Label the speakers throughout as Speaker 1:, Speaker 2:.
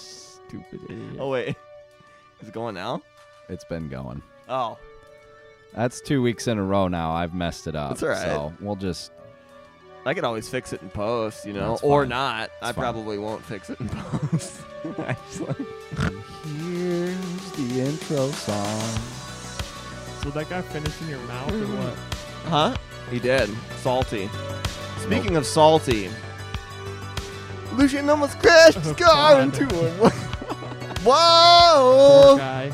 Speaker 1: Stupid idiot.
Speaker 2: Oh wait, is it going now?
Speaker 3: It's been going.
Speaker 2: Oh,
Speaker 3: That's two weeks in a row now. I've messed it up.
Speaker 2: That's all right.
Speaker 3: So we'll just
Speaker 2: I can always fix it in post, you know,
Speaker 3: That's
Speaker 2: or
Speaker 3: fine.
Speaker 2: not. I
Speaker 3: That's fine.
Speaker 2: probably won't fix it in post. I just like-
Speaker 3: here's the intro song.
Speaker 1: So that guy finished in your mouth or what?
Speaker 2: huh? He did. Salty. Speaking of salty, Lucian almost crashed his
Speaker 1: Oh,
Speaker 2: car
Speaker 1: God.
Speaker 2: into him. Whoa! Oh.
Speaker 1: Poor guy.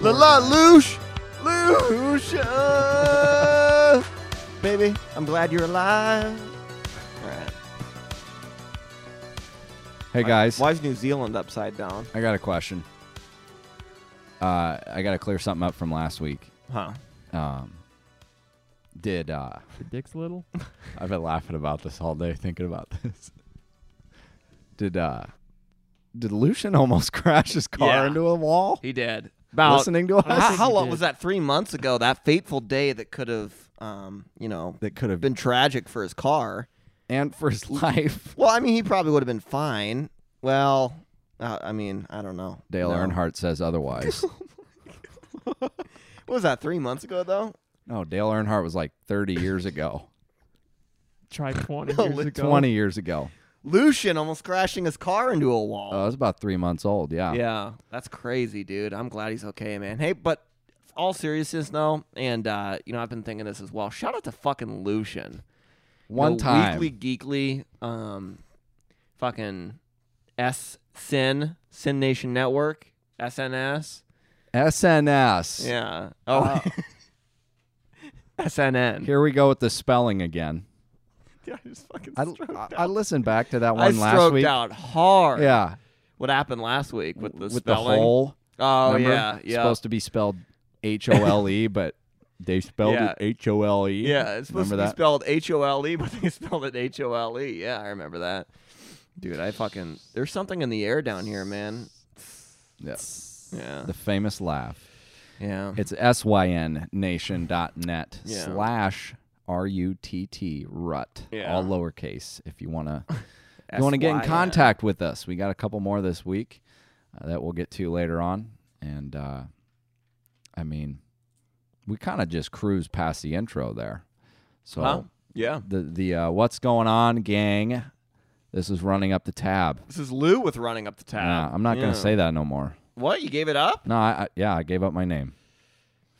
Speaker 2: La la loosh! Lucia! Baby, I'm glad you're alive. All right.
Speaker 3: Hey guys,
Speaker 2: Why is New Zealand upside down?
Speaker 3: I got a question. Uh, I got to clear something up from last week.
Speaker 2: Huh.
Speaker 3: Um, did uh,
Speaker 1: The dick's little.
Speaker 3: I've been laughing about this all day, thinking about this. Did uh, did Lucian almost crash his car
Speaker 2: Yeah.
Speaker 3: into a wall?
Speaker 2: He did. About
Speaker 3: listening to
Speaker 1: I
Speaker 3: us,
Speaker 2: how,
Speaker 1: think
Speaker 2: how
Speaker 1: he
Speaker 2: long
Speaker 1: did.
Speaker 2: was that? Three months ago, that fateful day that could have, um, you know,
Speaker 3: that could have been
Speaker 2: been tragic for his car.
Speaker 3: and for his life.
Speaker 2: Well, I mean, he probably would have been fine. Well, uh, I mean, I don't know.
Speaker 3: Dale
Speaker 2: No.
Speaker 3: Earnhardt says otherwise.
Speaker 2: What was that? Three months ago, though.
Speaker 3: no, Dale Earnhardt was like 30 years ago,
Speaker 1: Tried 20
Speaker 2: No,
Speaker 1: years
Speaker 2: li-
Speaker 1: ago.
Speaker 3: 20 years ago.
Speaker 2: Lucian almost crashing his car into a wall.
Speaker 3: Oh, I was about three months old. Yeah.
Speaker 2: Yeah, that's crazy, dude. I'm glad he's okay, man. Hey, but all seriousness, though, and uh, you know, I've been thinking this as well. Shout out to fucking Lucian.
Speaker 3: One
Speaker 2: know,
Speaker 3: time.
Speaker 2: Weekly Geekly, um, fucking S Sin Sin Nation Network SNS.
Speaker 3: SNS.
Speaker 2: Yeah. Oh.
Speaker 3: Uh,
Speaker 2: SNN.
Speaker 3: Here we go with the spelling again.
Speaker 2: Dude, I just fucking
Speaker 3: I,
Speaker 2: stroked
Speaker 3: I,
Speaker 2: out.
Speaker 3: I listened back to that
Speaker 2: I
Speaker 3: one last
Speaker 2: stroked
Speaker 3: week.
Speaker 2: out hard.
Speaker 3: Yeah.
Speaker 2: What happened last week with the
Speaker 3: With the
Speaker 2: spelling?
Speaker 3: whole.
Speaker 2: oh
Speaker 3: remember?
Speaker 2: yeah, yeah.
Speaker 3: Supposed to be spelled H O L E, but they spelled
Speaker 2: Yeah.
Speaker 3: it H O L E.
Speaker 2: Yeah, it's supposed
Speaker 3: remember
Speaker 2: to be
Speaker 3: that?
Speaker 2: spelled H O L E, but they spelled it H O L E. Yeah, I remember that. Dude, I fucking there's something in the air down here, man.
Speaker 3: Yeah.
Speaker 2: Yeah.
Speaker 3: The famous laugh.
Speaker 2: Yeah.
Speaker 3: It's synnation.net
Speaker 2: Yeah.
Speaker 3: slash R U T T rut.
Speaker 2: Yeah.
Speaker 3: All lowercase if you want to. If you want to get in
Speaker 2: SYN.
Speaker 3: contact with us, we got a couple more this week uh, that we'll get to later on. And uh, I mean, we kind of just cruise past the intro there. So
Speaker 2: Huh? Yeah.
Speaker 3: the the uh, what's going on, gang? This is running up the tab.
Speaker 2: This is Lou with running up the
Speaker 3: Nah,
Speaker 2: tab.
Speaker 3: I'm not
Speaker 2: Yeah.
Speaker 3: gonna say that no more.
Speaker 2: What? You gave it up?
Speaker 3: No, I, I yeah, I gave up my name.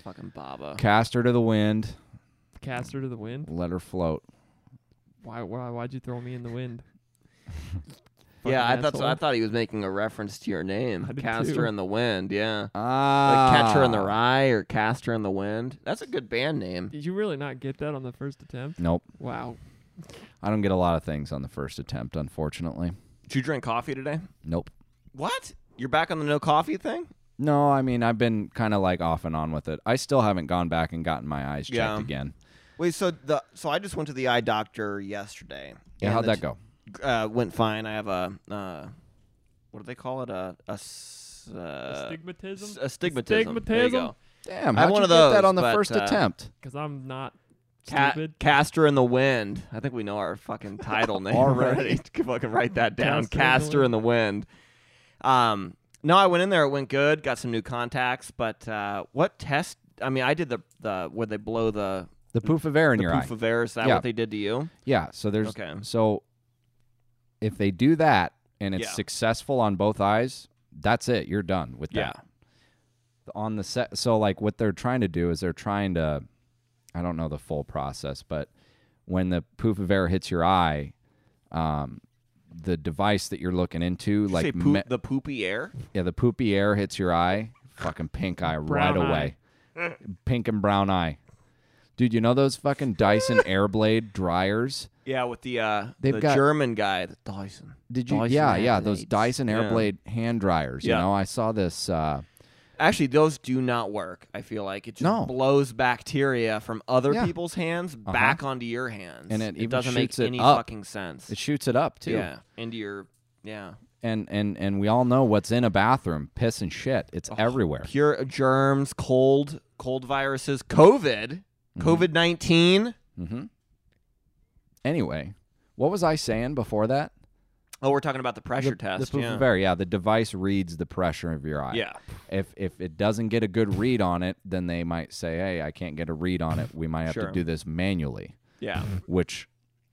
Speaker 2: Fucking Baba.
Speaker 3: Cast her to the wind,
Speaker 1: Cast her to the wind.
Speaker 3: let her float.
Speaker 1: Why? Why? Why'd you throw me in the wind?
Speaker 2: Yeah, I
Speaker 1: Fucking
Speaker 2: thought so. I
Speaker 1: asshole.
Speaker 2: thought he was making a reference to your name.
Speaker 1: I did
Speaker 2: Caster
Speaker 1: too.
Speaker 2: in the Wind, yeah.
Speaker 3: Ah,
Speaker 2: Like Catcher in the Rye or Caster in the Wind. That's a good band name.
Speaker 1: Did you really not get that on the first attempt?
Speaker 3: Nope,
Speaker 1: Wow.
Speaker 3: I don't get a lot of things on the first attempt, unfortunately.
Speaker 2: Did you drink coffee today?
Speaker 3: Nope.
Speaker 2: What? You're back on the no coffee thing?
Speaker 3: No, I mean I've been kind of like off and on with it. I still haven't gone back and gotten my eyes checked
Speaker 2: Yeah.
Speaker 3: again.
Speaker 2: Wait, so the so I just went to the eye doctor yesterday.
Speaker 3: Yeah,
Speaker 2: And
Speaker 3: how'd
Speaker 2: the
Speaker 3: that go?
Speaker 2: t- Uh, went fine. I have a uh, what do they call it? A a, s- uh, s-
Speaker 1: Stigmatism.
Speaker 2: a stigmatism. There you
Speaker 1: Astigmatism?
Speaker 2: go.
Speaker 3: Damn,
Speaker 2: I have
Speaker 3: how'd
Speaker 2: one
Speaker 3: you
Speaker 2: of
Speaker 3: get
Speaker 2: those,
Speaker 3: that on the
Speaker 2: but,
Speaker 3: first
Speaker 2: uh,
Speaker 3: attempt?
Speaker 1: Because I'm not
Speaker 2: Ca-
Speaker 1: stupid.
Speaker 2: Caster in the wind. I think we know our fucking title name already. Can fucking write that down.
Speaker 1: Caster in the
Speaker 2: Caster in the wind. Um, no, I went in there. It went good. Got some new contacts. But uh, what test? I mean, I did the the where they blow the
Speaker 3: The poof of air in
Speaker 2: the
Speaker 3: your
Speaker 2: poof
Speaker 3: eye.
Speaker 2: of air. Is that
Speaker 3: Yeah.
Speaker 2: what they did to you?
Speaker 3: yeah. So there's
Speaker 2: Okay.
Speaker 3: so if they do that and it's
Speaker 2: Yeah.
Speaker 3: successful on both eyes, that's it. You're done with that. on the set so like what they're trying to do is they're trying to i don't know the full process but when the poof of air hits your eye um the device that you're looking into
Speaker 2: Did you
Speaker 3: like
Speaker 2: say poop,
Speaker 3: me-
Speaker 2: the poopy air.
Speaker 3: yeah the poopy air hits your eye fucking pink eye right
Speaker 1: Brown
Speaker 3: away pink and brown eye dude you know those fucking dyson airblade dryers
Speaker 2: Yeah, with the uh,
Speaker 3: They've
Speaker 2: the
Speaker 3: got-
Speaker 2: German guy, the Dyson.
Speaker 3: did you
Speaker 2: Dyson
Speaker 3: yeah yeah those
Speaker 2: Airblades.
Speaker 3: dyson
Speaker 2: Yeah.
Speaker 3: airblade hand dryers
Speaker 2: Yeah.
Speaker 3: you know i saw this uh
Speaker 2: Actually, those do not work. I feel like it just
Speaker 3: No.
Speaker 2: blows bacteria from other
Speaker 3: Yeah. Uh-huh.
Speaker 2: people's hands back onto your hands,
Speaker 3: And it even
Speaker 2: doesn't make
Speaker 3: shoots it
Speaker 2: any
Speaker 3: up.
Speaker 2: fucking sense.
Speaker 3: it shoots it up too
Speaker 2: Yeah, into your yeah,
Speaker 3: and and and we all know what's in a bathroom piss and shit it's everywhere
Speaker 2: pure germs, cold, cold viruses, COVID,
Speaker 3: Mm-hmm.
Speaker 2: COVID nineteen.
Speaker 3: Anyway, what was I saying before that?
Speaker 2: Oh, we're talking about the pressure
Speaker 3: the,
Speaker 2: test.
Speaker 3: The
Speaker 2: yeah.
Speaker 3: Puffavera, yeah. The device reads the pressure of your eye.
Speaker 2: yeah.
Speaker 3: If if it doesn't get a good read on it, then they might say, "Hey, I can't get a read on it. We might have
Speaker 2: Sure.
Speaker 3: to do this manually."
Speaker 2: Yeah.
Speaker 3: Which,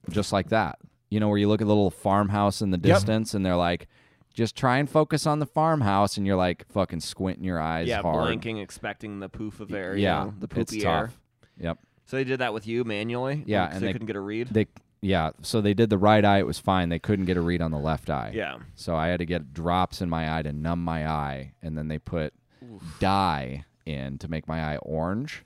Speaker 3: just like that, you know, where you look at the little farmhouse in the distance, and they're like, "Just try and focus on the farmhouse," and you're like, fucking squinting your eyes
Speaker 2: Yeah.
Speaker 3: hard.
Speaker 2: Blinking, expecting the poof of air. you
Speaker 3: yeah,
Speaker 2: know, the poopy
Speaker 3: it's
Speaker 2: air.
Speaker 3: tough. Yep.
Speaker 2: So they did that with you manually.
Speaker 3: Yeah,
Speaker 2: Like, 'cause
Speaker 3: and
Speaker 2: they,
Speaker 3: they-
Speaker 2: couldn't get a read.
Speaker 3: They yeah. So they did the right eye. It was fine. They couldn't get a read on the left eye.
Speaker 2: yeah.
Speaker 3: So I had to get drops in my eye to numb my eye, and then they put dye in to make my eye orange.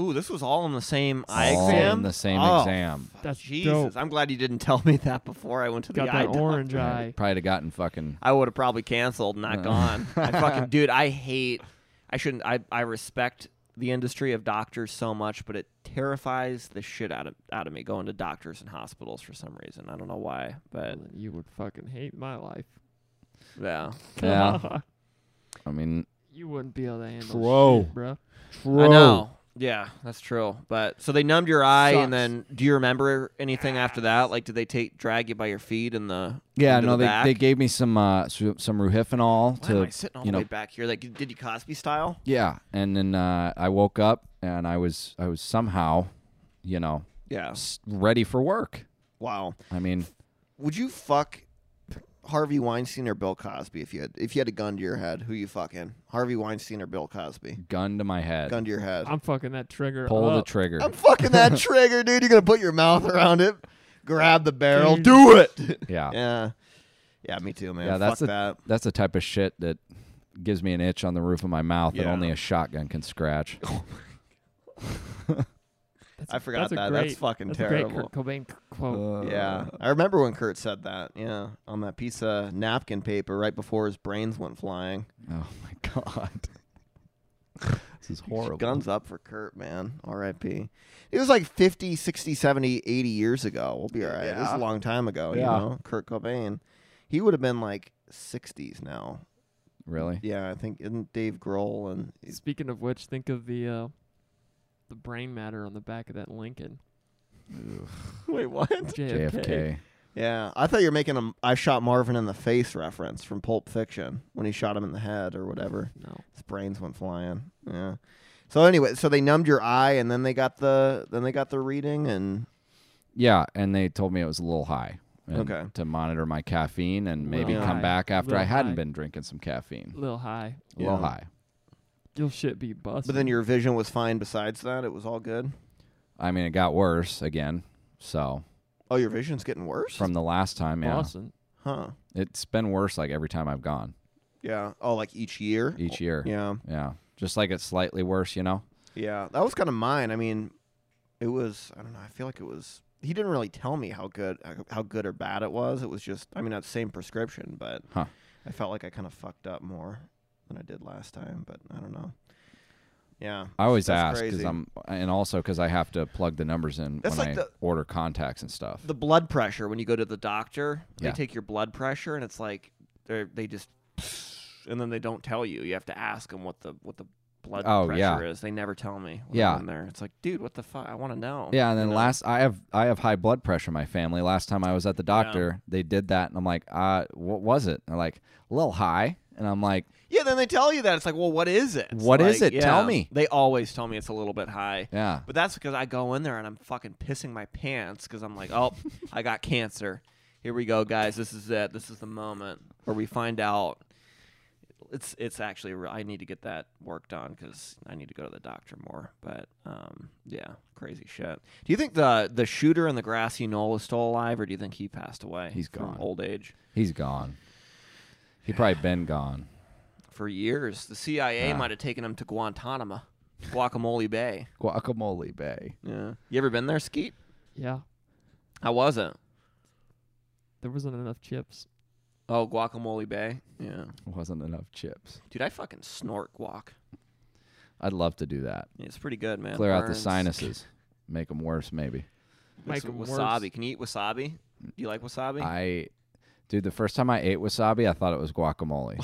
Speaker 2: Ooh, this was all in the same eye
Speaker 3: All
Speaker 2: exam.
Speaker 3: in the same
Speaker 2: Oh,
Speaker 3: exam.
Speaker 2: fuck,
Speaker 1: That's
Speaker 2: Jesus,
Speaker 1: dope.
Speaker 2: I'm glad you didn't tell me that before I went to the
Speaker 1: Got
Speaker 2: eye
Speaker 1: that
Speaker 2: doctor.
Speaker 1: orange eye.
Speaker 3: Probably have gotten fucking.
Speaker 2: I would have probably canceled, and
Speaker 3: Uh.
Speaker 2: not gone. I fucking dude, I hate. I shouldn't. I I respect the industry of doctors so much, but it terrifies the shit out of out of me going to doctors and hospitals for some reason. I don't know why, but
Speaker 1: You would fucking hate my life.
Speaker 2: yeah.
Speaker 3: Yeah. I mean,
Speaker 1: you wouldn't be able to handle
Speaker 3: True.
Speaker 1: shit, bro.
Speaker 2: I know. Yeah, that's true. But so they numbed your eye,
Speaker 1: Sucks.
Speaker 2: and then do you remember anything after that? Like, did they take drag you by your feet in the
Speaker 3: Yeah,
Speaker 2: into
Speaker 3: no,
Speaker 2: the
Speaker 3: they,
Speaker 2: back?
Speaker 3: they gave me some uh, su- some ruhifenol
Speaker 2: Why am I
Speaker 3: to
Speaker 2: sitting all
Speaker 3: you
Speaker 2: the
Speaker 3: know
Speaker 2: way back here? Like, did you Cosby style?
Speaker 3: yeah, and then uh, I woke up and I was I was somehow, you know,
Speaker 2: Yeah.
Speaker 3: s- ready for work.
Speaker 2: Wow.
Speaker 3: I mean,
Speaker 2: Would you fuck Harvey Weinstein or Bill Cosby if you had if you had a gun to your head? Who you fucking? Harvey Weinstein or Bill Cosby?
Speaker 3: gun to my head,
Speaker 2: Gun to your head.
Speaker 1: Uh, I'm fucking that trigger.
Speaker 3: pull the
Speaker 1: up.
Speaker 3: trigger.
Speaker 2: I'm fucking that trigger, dude. You're gonna put your mouth around it, grab the barrel,
Speaker 1: Dude.
Speaker 2: do it.
Speaker 3: yeah,
Speaker 2: yeah. Yeah, me too, man.
Speaker 3: Yeah, that's
Speaker 2: Fuck
Speaker 3: the-
Speaker 2: that.
Speaker 3: That's the type of shit that gives me an itch on the roof of my mouth that
Speaker 2: Yeah.
Speaker 3: only a shotgun can scratch.
Speaker 1: That's
Speaker 2: I
Speaker 1: a-
Speaker 2: forgot
Speaker 1: that's a
Speaker 2: that. That's
Speaker 1: great-
Speaker 2: fucking
Speaker 1: that's A
Speaker 2: terrible.
Speaker 1: great uh, Kurt Cobain c- quote.
Speaker 2: Oh, yeah, I remember when Kurt said that. Yeah, on that piece of napkin paper right before his brains went flying.
Speaker 3: Oh my god. this is horrible.
Speaker 2: Guns up for Kurt, man. R.I.P. It was like 50, 60, 70, 80 years ago. We'll be all right. This is
Speaker 3: Yeah.
Speaker 2: a long time ago, you
Speaker 3: Yeah.
Speaker 2: know? Kurt Cobain. He would have been like 60s now.
Speaker 3: Really?
Speaker 2: Yeah, I think isn't Dave Grohl and
Speaker 1: Speaking of which, think of the uh, the brain matter on the back of that Lincoln.
Speaker 2: Wait, what?
Speaker 1: JFK.
Speaker 3: JFK.
Speaker 2: Yeah, I thought you were making a I shot Marvin in the face reference from Pulp Fiction when he shot him in the head or whatever.
Speaker 1: No.
Speaker 2: His brains went flying. Yeah. So anyway, so they numbed your eye and then they got the then they got the reading and
Speaker 3: Yeah, and they told me it was a little high. and
Speaker 2: Okay.
Speaker 3: To monitor my caffeine and
Speaker 1: Little
Speaker 3: maybe come
Speaker 1: high.
Speaker 3: back after I
Speaker 1: Little
Speaker 3: hadn't
Speaker 1: high.
Speaker 3: been drinking some caffeine.
Speaker 1: Little high.
Speaker 3: A little
Speaker 2: Yeah.
Speaker 3: high.
Speaker 1: Your shit be busted.
Speaker 2: but then your vision was fine besides that. It was all good.
Speaker 3: I mean, it got worse again. So
Speaker 2: Oh, your vision's getting worse?
Speaker 3: from the last time, yeah,
Speaker 1: Boston.
Speaker 2: huh.
Speaker 3: it's been worse like every time I've gone
Speaker 2: Yeah. Oh, like each year?
Speaker 3: each year.
Speaker 2: Oh, Yeah.
Speaker 3: yeah. Just like it's slightly worse, you know.
Speaker 2: Yeah. That was kind of mine. I mean, it was I don't know, I feel like it was he didn't really tell me how good how good or bad it was. It was just I mean, not the same prescription, but
Speaker 3: Huh.
Speaker 2: I felt like I kind of fucked up more than I did last time, but I don't know. Yeah.
Speaker 3: I always
Speaker 2: That's
Speaker 3: ask because
Speaker 2: crazy.
Speaker 3: I'm, and also because I have to plug the numbers in
Speaker 2: That's
Speaker 3: when
Speaker 2: like
Speaker 3: I
Speaker 2: the-
Speaker 3: order contacts and stuff.
Speaker 2: The blood pressure when you go to the doctor,
Speaker 3: Yeah.
Speaker 2: they take your blood pressure and it's like they they just and then they don't tell you. You have to ask them what the what the blood
Speaker 3: Oh,
Speaker 2: pressure
Speaker 3: yeah.
Speaker 2: is. They never tell me. When
Speaker 3: Yeah.
Speaker 2: I'm in there. It's like, dude, what the fuck? I want to know.
Speaker 3: yeah, and then
Speaker 2: you know?
Speaker 3: last I have I have high blood pressure in my family. Last time I was at the doctor, they did that, and I'm like, uh, what was it? And they're like, a little high, and I'm like,
Speaker 2: Yeah, then they tell you that. It's like, well, what is it? It's
Speaker 3: What
Speaker 2: like,
Speaker 3: is it? Tell me.
Speaker 2: They always tell me it's a little bit high.
Speaker 3: yeah,
Speaker 2: But that's because I go in there and I'm fucking pissing my pants because I'm like, oh, I got cancer. Here we go, guys. This is it. This is the moment where we find out. It's it's actually re- I need to get that worked on because I need to go to the doctor more. But um, yeah, crazy shit. Do you think the the shooter in the grassy knoll is still alive, or do you think he passed away?
Speaker 3: He's
Speaker 2: from
Speaker 3: gone.
Speaker 2: old age.
Speaker 3: he's gone. He probably been gone.
Speaker 2: for years. The CIA
Speaker 3: Yeah.
Speaker 2: might have taken him to Guantanamo, Guacamole Bay.
Speaker 3: Guacamole Bay.
Speaker 2: Yeah. You ever been there, Skeet?
Speaker 1: Yeah.
Speaker 2: How was it?
Speaker 1: There wasn't enough chips.
Speaker 2: Oh, Guacamole Bay. Yeah.
Speaker 3: Wasn't enough chips.
Speaker 2: Dude, I fucking snort guac.
Speaker 3: I'd love to do that.
Speaker 2: It's pretty good, man.
Speaker 3: Clear out the
Speaker 2: Burns.
Speaker 3: sinuses, make them worse. Maybe
Speaker 2: Make
Speaker 1: Make
Speaker 2: some
Speaker 1: 'em worse.
Speaker 2: wasabi. Can you eat wasabi? Do you like wasabi?
Speaker 3: I, dude, the first time I ate wasabi, I thought it was guacamole.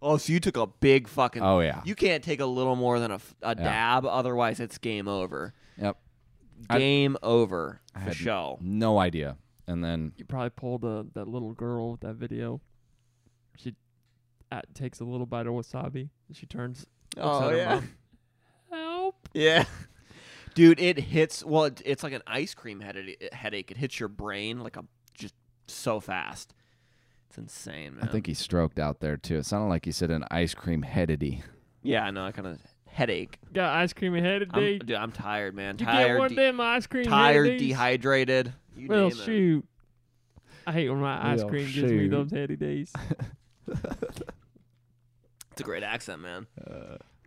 Speaker 2: oh, so you took a big fucking.
Speaker 3: oh yeah,
Speaker 2: You can't take a little more than a, f- a dab, otherwise it's game over.
Speaker 3: yep. I-
Speaker 2: Game over
Speaker 3: I
Speaker 2: for
Speaker 3: had
Speaker 2: show.
Speaker 3: No idea. and then
Speaker 1: You probably pulled uh, that little girl with that video. She at, takes a little bite of wasabi. And she turns. looks at her mom. Help!
Speaker 2: Oh, Yeah. Dude, it hits. Well, it, it's like an ice cream headache. Headache. It hits your brain like a just so fast. It's insane,
Speaker 3: I
Speaker 2: man.
Speaker 3: think he stroked out there too. It sounded like he said an ice cream headedy.
Speaker 2: Yeah, I know. I kind of headache.
Speaker 1: Got ice cream ahead of
Speaker 2: I'm,
Speaker 1: day.
Speaker 2: dude, I'm tired, man.
Speaker 1: You
Speaker 2: tired,
Speaker 1: get one
Speaker 2: de-
Speaker 1: them ice cream
Speaker 2: tired,
Speaker 1: headaches?
Speaker 2: dehydrated. You
Speaker 1: Well,
Speaker 2: name it.
Speaker 1: shoot. I hate when my ice
Speaker 3: Well,
Speaker 1: cream gives me
Speaker 3: shoot.
Speaker 1: those heady days.
Speaker 2: It's a great accent, man.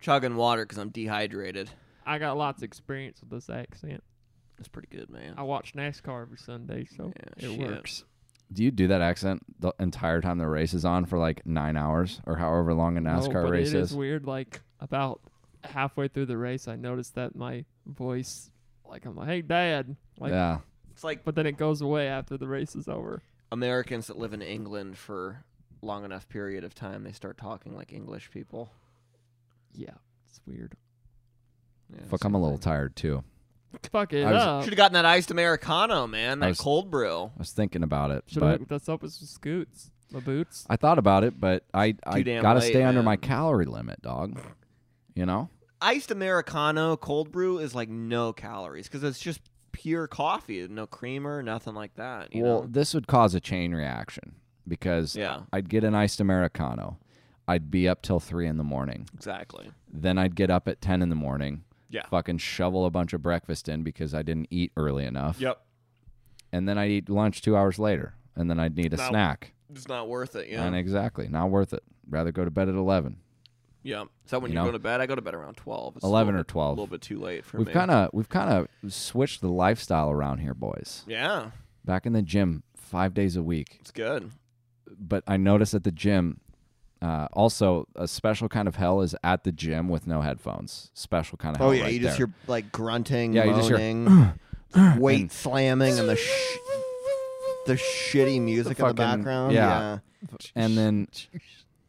Speaker 2: Chugging water because I'm dehydrated.
Speaker 1: I got lots of experience with this accent.
Speaker 2: That's pretty good, man.
Speaker 1: I watch NASCAR every Sunday, so
Speaker 2: Yeah,
Speaker 1: it
Speaker 2: shit.
Speaker 1: works.
Speaker 3: Do you do that accent the entire time the race is on for like nine hours or however long a
Speaker 1: No,
Speaker 3: NASCAR
Speaker 1: but
Speaker 3: race
Speaker 1: it is
Speaker 3: is?
Speaker 1: weird. Like about halfway through the race, I noticed that my voice, like I'm like, "Hey, Dad," like,
Speaker 3: yeah,
Speaker 2: It's like
Speaker 1: but then it goes away after the race is over.
Speaker 2: Americans that live in England for long enough period of time, they start talking like English people.
Speaker 1: Yeah, it's weird.
Speaker 2: Yeah,
Speaker 3: fuck, I'm a little tired too.
Speaker 1: Fuck it
Speaker 3: I was-
Speaker 1: up.
Speaker 2: Should have gotten that iced americano, man.
Speaker 3: I
Speaker 2: That
Speaker 3: was-
Speaker 2: cold brew.
Speaker 3: I was thinking about it,
Speaker 1: Should have
Speaker 3: but
Speaker 1: hooked us up with some scoots, my boots.
Speaker 3: I thought about it, but I I
Speaker 2: damn
Speaker 3: gotta
Speaker 2: late,
Speaker 3: stay under
Speaker 2: man.
Speaker 3: my calorie limit, dog. You know,
Speaker 2: Iced americano cold brew is like no calories because it's just pure coffee, no creamer, nothing like that. You
Speaker 3: well,
Speaker 2: know?
Speaker 3: this would cause a chain reaction because
Speaker 2: Yeah.
Speaker 3: I'd get an iced americano, I'd be up till three in the morning,
Speaker 2: Exactly.
Speaker 3: then I'd get up at ten in the morning,
Speaker 2: Yeah.
Speaker 3: fucking shovel a bunch of breakfast in because I didn't eat early enough,
Speaker 2: Yep.
Speaker 3: and then I'd eat lunch two hours later, and then I'd need a
Speaker 2: Now-
Speaker 3: snack.
Speaker 2: It's not worth it. Yeah.
Speaker 3: And exactly, not worth it. Rather go to bed at eleven.
Speaker 2: yeah. So when
Speaker 3: You
Speaker 2: you,
Speaker 3: know?
Speaker 2: go to bed, I go to bed around twelve. It's a
Speaker 3: 11
Speaker 2: little
Speaker 3: or
Speaker 2: bit-
Speaker 3: 12.
Speaker 2: A little bit too late for
Speaker 3: We've
Speaker 2: me.
Speaker 3: kind of we've kind of switched the lifestyle around here, boys.
Speaker 2: Yeah,
Speaker 3: Back in the gym five days a week,
Speaker 2: it's good.
Speaker 3: but I noticed at the gym. Uh, also, a special kind of hell is at the gym with no headphones. Special kind of
Speaker 4: Oh,
Speaker 2: Oh,
Speaker 3: hell. right there.
Speaker 2: hear like grunting,
Speaker 3: Yeah, you just hear,
Speaker 2: weight slamming, and the sh- the shitty music
Speaker 3: fucking- yeah. and then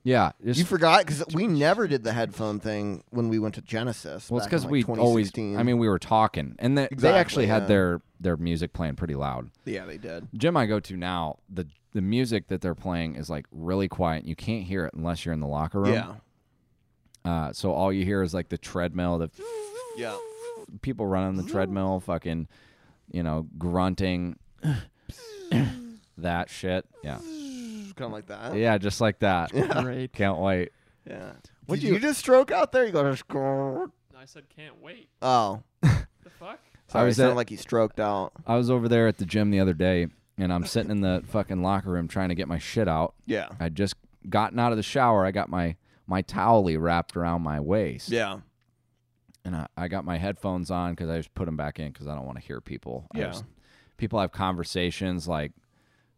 Speaker 3: yeah, just,
Speaker 4: You forgot because we never did the headphone thing when we went to Genesis.
Speaker 3: well, it's
Speaker 4: because
Speaker 3: because we always. I mean, we were talking, and they, they
Speaker 4: Exactly,
Speaker 3: actually
Speaker 4: yeah.
Speaker 3: had their their music playing pretty loud.
Speaker 4: yeah, they did.
Speaker 3: gym I go to now, the the music that they're playing is like really quiet. And you can't hear it unless you're in the locker room.
Speaker 2: Yeah,
Speaker 3: Uh, so all you hear is like the treadmill, the
Speaker 2: yeah.
Speaker 3: people running the treadmill, fucking, you know, grunting, that shit. Yeah,
Speaker 4: Kind of like that.
Speaker 3: yeah, just like that.
Speaker 1: Great.
Speaker 3: Can't wait.
Speaker 4: Yeah.
Speaker 3: Would
Speaker 4: Did
Speaker 3: you-
Speaker 4: you, just stroke out there? You go to score.
Speaker 1: I said, "Can't wait."
Speaker 4: Oh,
Speaker 1: The fuck?
Speaker 4: sorry. I
Speaker 3: was
Speaker 4: was
Speaker 3: at-
Speaker 4: sounded like you stroked out.
Speaker 3: I was over there at the gym the other day, and I'm sitting in the fucking locker room trying to get my shit out.
Speaker 4: Yeah.
Speaker 3: I just gotten out of the shower. I got my my towel wrapped around my waist.
Speaker 2: Yeah.
Speaker 3: and I, I got my headphones on because I just put them back in because I don't want to hear people. I
Speaker 2: Yeah.
Speaker 3: just- people have conversations like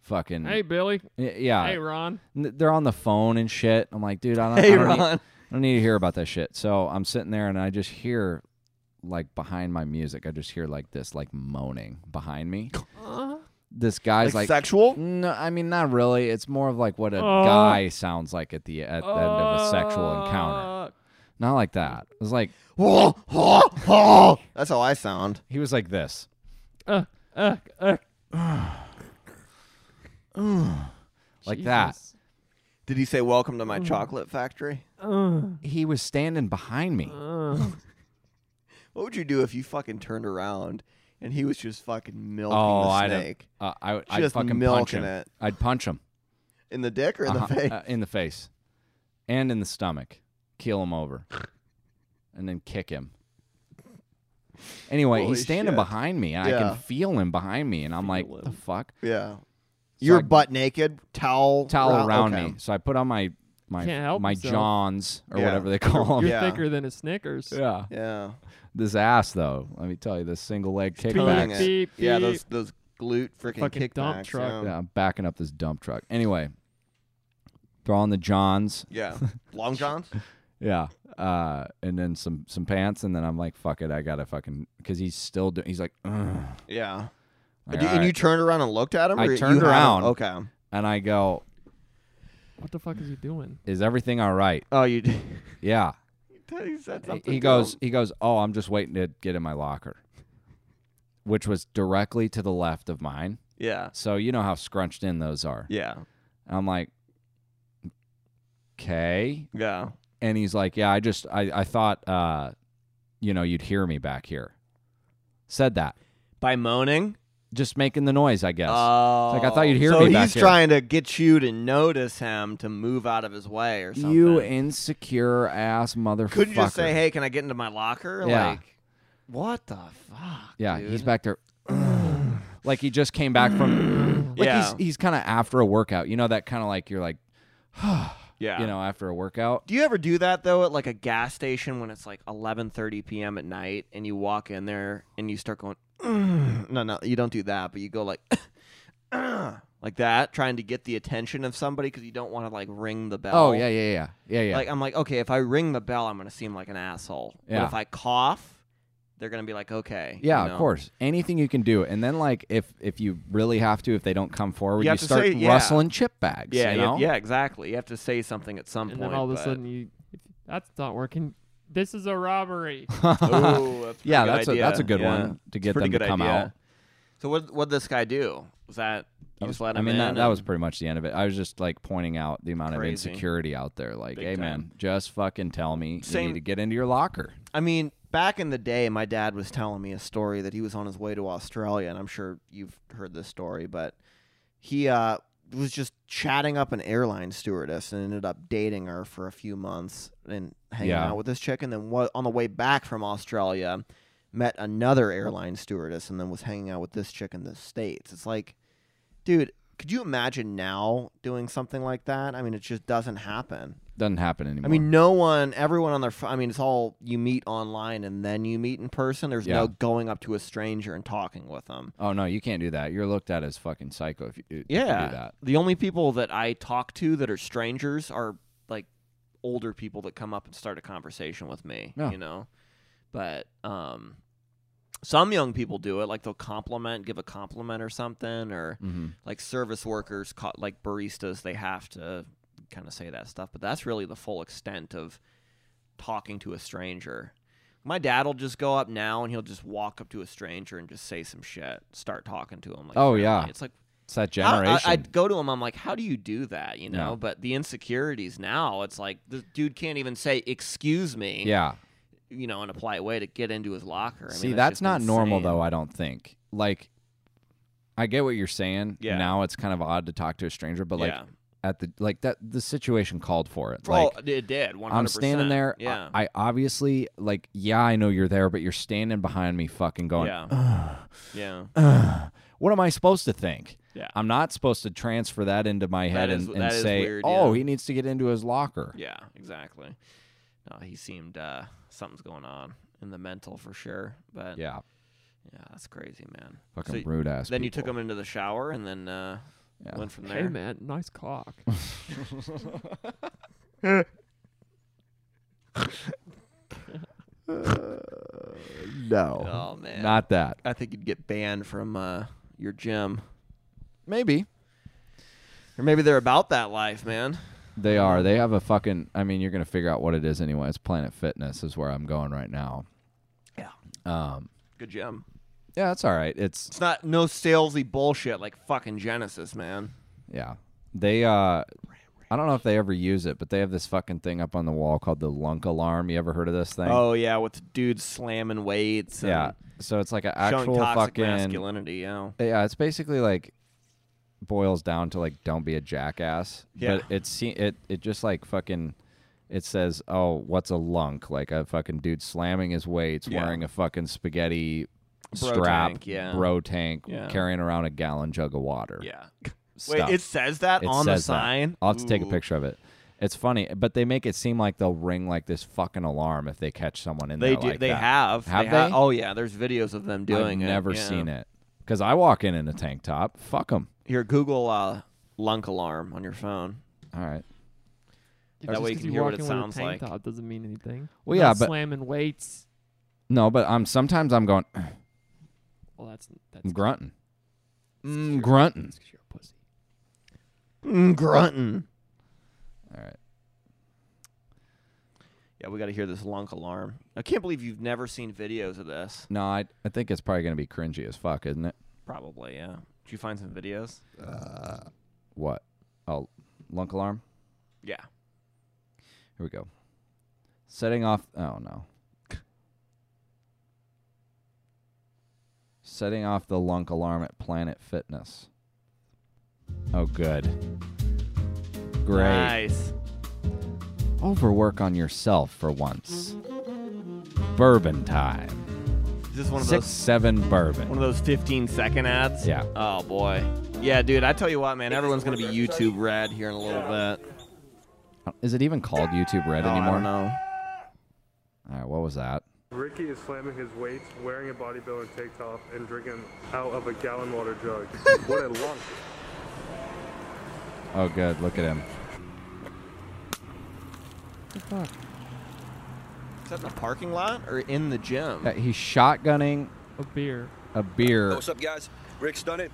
Speaker 3: fucking.
Speaker 1: Hey, Billy.
Speaker 3: Y- yeah.
Speaker 1: hey, Ron.
Speaker 3: N- They're on the phone and shit. I'm like, dude, I don't, I
Speaker 2: Hey,
Speaker 3: don't
Speaker 2: Ron.
Speaker 3: Need, I don't need to hear about that shit. So I'm sitting there and I just hear like behind my music, I just hear like this like moaning behind me. This guy's like.
Speaker 4: sexual?
Speaker 3: no, I mean not really. It's more of like what a
Speaker 1: Oh.
Speaker 3: guy sounds like at the e, at the end of a sexual encounter.
Speaker 1: Fuck.
Speaker 3: Not like that. It was like
Speaker 4: That's how I sound.
Speaker 3: he was like this.
Speaker 1: Uh, uh, uh.
Speaker 3: Like that.
Speaker 1: Jesus.
Speaker 4: Did he say "Welcome to my chocolate factory"?
Speaker 3: he was standing behind me.
Speaker 4: What would you do if you fucking turned around and he was just fucking milking
Speaker 3: oh,
Speaker 4: the
Speaker 3: I'd,
Speaker 4: snake
Speaker 3: uh, I, would- I'd
Speaker 4: Just
Speaker 3: fucking punch
Speaker 4: milking
Speaker 3: him.
Speaker 4: it.
Speaker 3: I'd punch him
Speaker 4: in the dick or in
Speaker 3: Uh-huh,
Speaker 4: the face?
Speaker 3: uh, in the face, and in the stomach, keel him over, and then kick him. Anyway,
Speaker 4: Holy
Speaker 3: he's standing
Speaker 4: shit.
Speaker 3: behind me, and I
Speaker 4: Yeah.
Speaker 3: can feel him behind me, and I'm like,
Speaker 1: Feel
Speaker 3: "What
Speaker 1: him.
Speaker 3: the fuck?"
Speaker 4: yeah. You're
Speaker 3: I-
Speaker 4: butt naked, towel
Speaker 3: Towel
Speaker 4: rou-
Speaker 3: around
Speaker 4: okay.
Speaker 3: me, so I put on my my
Speaker 1: Can't help
Speaker 3: my
Speaker 1: himself.
Speaker 3: johns or
Speaker 4: Yeah.
Speaker 3: whatever they call
Speaker 1: You're
Speaker 3: them.
Speaker 4: Yeah.
Speaker 1: thicker than a Snickers.
Speaker 3: Yeah.
Speaker 4: Yeah.
Speaker 3: this ass though. Let me tell you, this single leg
Speaker 1: Beating
Speaker 3: kickback.
Speaker 4: Bang it.
Speaker 1: Beep,
Speaker 4: Yeah,
Speaker 1: beep.
Speaker 4: those those glute freaking
Speaker 1: Fucking dump
Speaker 4: kickbacks,
Speaker 1: truck.
Speaker 4: yeah.
Speaker 3: Yeah, I'm backing up this dump truck. Anyway, throwing the johns,
Speaker 4: Yeah. Long Johns?
Speaker 3: Yeah. Uh, and then some some pants, and then I'm like, fuck it, I gotta fucking because he's still doing. He's like, "Ugh."
Speaker 4: Yeah.
Speaker 3: Like,
Speaker 4: and you- and you
Speaker 3: "Alright."
Speaker 4: turned around and looked at him?
Speaker 3: I
Speaker 4: or you
Speaker 3: turned
Speaker 4: had him-
Speaker 3: around.
Speaker 4: Okay.
Speaker 3: and I go,
Speaker 1: What the fuck is he doing?
Speaker 3: is everything all right?
Speaker 4: Oh, you did.
Speaker 3: Yeah.
Speaker 4: he said
Speaker 3: He-
Speaker 4: something. to
Speaker 3: He goes,
Speaker 4: him.
Speaker 3: he goes, oh, I'm just waiting to get in my locker, which was directly to the left of mine.
Speaker 2: Yeah.
Speaker 3: So you know how scrunched in those are.
Speaker 2: Yeah.
Speaker 3: And I'm like, okay.
Speaker 2: Yeah.
Speaker 3: And he's like, yeah, I just, I, I thought, uh, you know, you'd hear me back here. Said that.
Speaker 2: By moaning.
Speaker 3: Just making the noise, I guess.
Speaker 2: Oh.
Speaker 3: like, I thought you'd hear
Speaker 2: so
Speaker 3: me back
Speaker 2: he's
Speaker 3: here.
Speaker 2: trying to get you to notice him to move out of his way or something.
Speaker 3: you insecure ass motherfucker.
Speaker 2: couldn't you just say, "Hey, can I get into my locker?"
Speaker 3: Yeah.
Speaker 2: Like, what the fuck?
Speaker 3: Yeah, he's
Speaker 2: dude?
Speaker 3: back there. like he just came back from. Like
Speaker 2: Yeah.
Speaker 3: he's he's kind of after a workout. You know that kind of like you're like,
Speaker 2: Yeah.
Speaker 3: you know, after a workout.
Speaker 2: Do you ever do that though at like a gas station when it's like 11:30 p.m. at night and you walk in there and you start going "Mm." No, no, you don't do that, but you go like "Ah," like that trying to get the attention of somebody cuz you don't want to like ring the bell.
Speaker 3: Oh yeah, yeah, yeah, yeah, yeah.
Speaker 2: Like I'm like, okay, if I ring the bell, I'm going to seem like an asshole.
Speaker 3: Yeah.
Speaker 2: But if I cough, they're going to be like, okay. you
Speaker 3: yeah,
Speaker 2: know?
Speaker 3: of course. Anything you can do, and then like if if you really have to, if they don't come forward,
Speaker 2: You
Speaker 3: you,
Speaker 2: have to
Speaker 3: start
Speaker 2: say, yeah.
Speaker 3: rustling chip bags.
Speaker 2: Yeah,
Speaker 3: you
Speaker 2: you-
Speaker 3: know?
Speaker 2: yeah, exactly. You have to say something at some
Speaker 1: and
Speaker 2: point.
Speaker 1: then all of a
Speaker 2: but-
Speaker 1: sudden you, that's not working. This is a robbery.
Speaker 2: Ooh, that's a
Speaker 3: Yeah,
Speaker 2: good
Speaker 3: that's a
Speaker 2: idea.
Speaker 3: that's a good
Speaker 2: Yeah.
Speaker 3: one to get
Speaker 2: pretty
Speaker 3: them to
Speaker 2: good
Speaker 3: come
Speaker 2: idea.
Speaker 3: out.
Speaker 2: So what what this guy do? Was
Speaker 3: That
Speaker 2: that you just
Speaker 3: was-
Speaker 2: let
Speaker 3: I
Speaker 2: him
Speaker 3: mean,
Speaker 2: in
Speaker 3: that, that
Speaker 2: and-
Speaker 3: was pretty much the end of it. I was just like pointing out the amount of
Speaker 2: Crazy.
Speaker 3: insecurity out there. Like,
Speaker 2: Big
Speaker 3: hey,
Speaker 2: time.
Speaker 3: man, just fucking tell me you
Speaker 2: Same-
Speaker 3: need to get into your locker.
Speaker 2: I mean,
Speaker 4: Back in the day, my dad was telling me a story that he was on his way to Australia, and I'm sure you've heard this story, but he uh, was just chatting up an airline stewardess and ended up dating her for a few months and hanging
Speaker 3: Yeah.
Speaker 4: out with this chick. And then wa- on the way back from Australia, met another airline stewardess and then was hanging out with this chick in the States. It's like, dude, could you imagine now doing something like that? I mean, it just doesn't happen.
Speaker 3: Doesn't happen anymore.
Speaker 4: I mean, no one, everyone on their, ph- I mean, it's all you meet online and then you meet in person. There's
Speaker 3: Yeah.
Speaker 4: no going up to a stranger and talking with them.
Speaker 3: oh no, you can't do that. You're looked at as fucking psycho if you, if you
Speaker 2: yeah,
Speaker 3: do that.
Speaker 2: the only people that I talk to that are strangers are like older people that come up and start a conversation with me.
Speaker 3: Yeah.
Speaker 2: You know, but um, some young people do it. Like they'll compliment, give a compliment or something, or
Speaker 3: hmm
Speaker 2: like service workers, co- like baristas, they have to kind of say that stuff. But that's really the full extent of talking to a stranger. My dad will just go up now and he'll just walk up to a stranger and just say some shit, start talking to him. Like,
Speaker 3: Oh,
Speaker 2: friendly.
Speaker 3: yeah.
Speaker 2: it's like
Speaker 3: It's that
Speaker 2: how-
Speaker 3: generation.
Speaker 2: I, I'd go to him. I'm like, how do you do that? You know,
Speaker 3: Yeah.
Speaker 2: but the insecurities now, it's like this dude can't even say excuse me.
Speaker 3: yeah.
Speaker 2: you know, in a polite way to get into his locker. I mean,
Speaker 3: See, that's
Speaker 2: just
Speaker 3: not normal
Speaker 2: insane.
Speaker 3: though. I don't think. Like, I get what you're saying.
Speaker 2: Yeah.
Speaker 3: Now it's kind of odd to talk to a stranger, but like
Speaker 2: yeah,
Speaker 3: at the like that the situation called for it.
Speaker 2: well,
Speaker 3: like,
Speaker 2: it did. 100%.
Speaker 3: I'm standing there. I-
Speaker 2: Yeah,
Speaker 3: I, obviously like, yeah, I know you're there, but you're standing behind me, fucking going.
Speaker 2: yeah, yeah.
Speaker 3: What am I supposed to think?
Speaker 2: Yeah.
Speaker 3: I'm not supposed to transfer that into my head
Speaker 2: is-
Speaker 3: and, and
Speaker 2: that is
Speaker 3: say,
Speaker 2: weird,
Speaker 3: "Oh,
Speaker 2: yeah.
Speaker 3: he needs to get into his locker."
Speaker 2: Yeah, exactly. No, he seemed uh something's going on in the mental for sure. But yeah,
Speaker 3: Yeah.
Speaker 2: that's crazy, man.
Speaker 3: Fucking
Speaker 2: So
Speaker 3: rude ass.
Speaker 2: then you took
Speaker 3: people.
Speaker 2: him into the shower and then uh
Speaker 3: Yeah.
Speaker 2: went from there.
Speaker 1: hey man, nice cock.
Speaker 4: No.
Speaker 2: Oh man.
Speaker 3: Not that.
Speaker 2: I think you'd get banned from uh your gym.
Speaker 3: Maybe
Speaker 2: Or maybe they're about that life, man.
Speaker 3: they are. They have a fucking. I mean, you're gonna figure out what it is anyway. It's Planet Fitness is where I'm going right now.
Speaker 2: Yeah.
Speaker 3: Um.
Speaker 2: Good gym.
Speaker 3: Yeah, it's all right. It's
Speaker 2: It's not no salesy bullshit like fucking Genesis, man.
Speaker 3: Yeah. They uh I don't know if they ever use it, but they have this fucking thing up on the wall called the lunk alarm. You ever heard of this thing?
Speaker 2: Oh yeah, with dudes slamming weights and
Speaker 3: yeah. So it's like an
Speaker 2: showing
Speaker 3: actual
Speaker 2: toxic
Speaker 3: fucking
Speaker 2: masculinity, you know.
Speaker 3: Yeah, it's basically like boils down to like don't be a jackass.
Speaker 2: Yeah.
Speaker 3: But it's it it just like fucking it says, "Oh, what's a lunk?" Like a fucking dude slamming his weights,
Speaker 2: Yeah.
Speaker 3: wearing a fucking spaghetti
Speaker 2: Bro
Speaker 3: strap,
Speaker 2: tank, yeah.
Speaker 3: bro tank,
Speaker 2: Yeah.
Speaker 3: carrying around a gallon jug of water.
Speaker 2: Yeah.
Speaker 3: Stuff.
Speaker 2: Wait, it says that
Speaker 3: It
Speaker 2: on
Speaker 3: says
Speaker 2: the
Speaker 3: that.
Speaker 2: sign.
Speaker 3: I'll have to take a
Speaker 2: Ooh.
Speaker 3: picture of it. It's funny, but they make it seem like they'll ring like this fucking alarm if they catch someone in
Speaker 2: They
Speaker 3: there.
Speaker 2: do.
Speaker 3: like
Speaker 2: they
Speaker 3: that.
Speaker 2: have.
Speaker 3: Have
Speaker 2: they? ha-
Speaker 3: they?
Speaker 2: oh yeah, there's videos of them doing
Speaker 3: I've never
Speaker 2: it. yeah.
Speaker 3: seen it because I walk in in a tank top. Fuck them.
Speaker 2: Here, Google uh, lunk alarm on your phone.
Speaker 3: All right.
Speaker 1: Dude,
Speaker 2: That
Speaker 1: just
Speaker 2: way you
Speaker 1: 'cause
Speaker 2: can hear what
Speaker 1: walk
Speaker 2: it
Speaker 1: in with a
Speaker 2: sounds
Speaker 1: tank
Speaker 2: like.
Speaker 1: Top doesn't mean anything.
Speaker 3: Well,
Speaker 1: You're
Speaker 3: yeah,
Speaker 1: not
Speaker 3: but-
Speaker 1: slamming weights.
Speaker 3: No, but I'm sometimes I'm going
Speaker 1: Well, that's that's
Speaker 3: I'm grunting,
Speaker 1: that's
Speaker 3: Mm,
Speaker 1: 'cause you're-
Speaker 3: grunting.
Speaker 1: that's 'cause you're a pussy.
Speaker 4: Mm, grunting.
Speaker 3: All right.
Speaker 2: Yeah, we got to hear this lunk alarm. I can't believe you've never seen videos of this.
Speaker 3: No, I I think it's probably gonna be cringy as fuck, isn't it?
Speaker 2: Probably, yeah. Did you find some videos?
Speaker 3: What? Oh, lunk alarm.
Speaker 2: Yeah.
Speaker 3: Here we go. Setting off. Oh no. Setting off the lunk alarm at Planet Fitness. Oh, good. Great.
Speaker 2: Nice.
Speaker 3: Overwork on yourself for once. Bourbon time.
Speaker 2: Is this one of
Speaker 3: Six,
Speaker 2: those
Speaker 3: seven bourbon.
Speaker 2: one of those 15 second ads?
Speaker 3: Yeah.
Speaker 2: Oh boy. Yeah, dude. I tell you what, man. Everyone's gonna be YouTube red here in a little bit.
Speaker 3: Is it even called YouTube Red
Speaker 2: Oh, I
Speaker 3: anymore?
Speaker 2: don't know.
Speaker 3: All right, what was that?
Speaker 5: Ricky is slamming his weights, wearing a bodybuilding tank top, and drinking out of a gallon water jug. what a lunk.
Speaker 3: Oh, good. Look at him.
Speaker 2: Is that in the parking lot or in the gym?
Speaker 3: Uh, He's shotgunning
Speaker 1: A beer.
Speaker 3: a
Speaker 2: Oh,
Speaker 3: beer.
Speaker 6: What's up, guys? Rick's done it.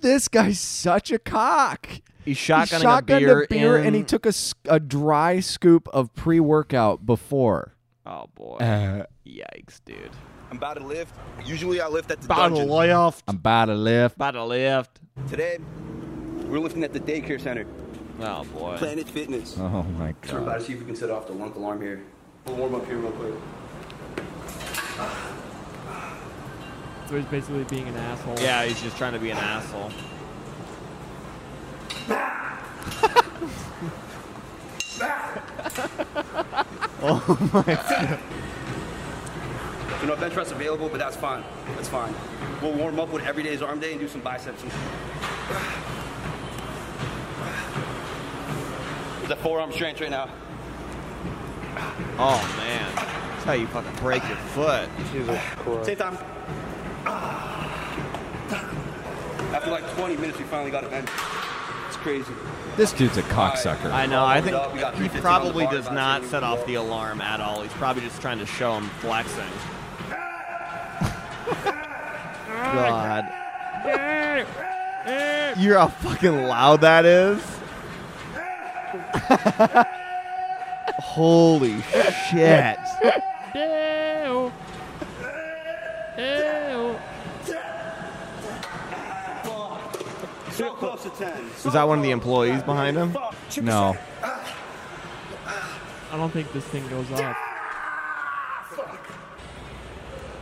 Speaker 3: This guy's such a cock.
Speaker 2: He's
Speaker 3: He
Speaker 2: shotgunning
Speaker 3: shotgunned
Speaker 2: a beer, in...
Speaker 3: and he took a, s- a dry scoop of pre workout before.
Speaker 2: Oh boy.
Speaker 3: Uh.
Speaker 2: Yikes, dude.
Speaker 6: I'm about to lift. Usually I lift at the dungeon.
Speaker 2: lift.
Speaker 3: I'm about to lift.
Speaker 2: About to lift.
Speaker 6: Today, we're lifting at the daycare center,
Speaker 2: Oh boy.
Speaker 6: Planet Fitness.
Speaker 3: Oh my
Speaker 6: I'm
Speaker 3: god.
Speaker 6: about to see if we can set off the lunk alarm here. We'll warm up here real quick.
Speaker 1: So he's basically being an asshole.
Speaker 2: Yeah, he's just trying to be an asshole.
Speaker 6: You know, bench press available, but that's fine. That's fine. We'll warm up with every day's arm day and do some biceps. And... It's a forearm strength right now.
Speaker 2: Oh man. That's how you fucking break your foot.
Speaker 6: Same time. Ah. After like 20 minutes, we finally got it in. It's crazy.
Speaker 3: This dude's a cocksucker.
Speaker 2: I know. I think
Speaker 6: Warmed up, we got
Speaker 2: he
Speaker 6: 315 on the
Speaker 2: probably
Speaker 6: bar,
Speaker 2: does
Speaker 6: about
Speaker 2: not
Speaker 6: 70
Speaker 2: set off
Speaker 6: below.
Speaker 2: the alarm at all. He's probably just trying to show him flexing.
Speaker 4: God. You're how fucking loud that is. Holy shit.
Speaker 1: Ew. Ew.
Speaker 6: So close to 10.
Speaker 4: Was that one of the employees behind him?
Speaker 3: no.
Speaker 1: I don't think this thing goes off.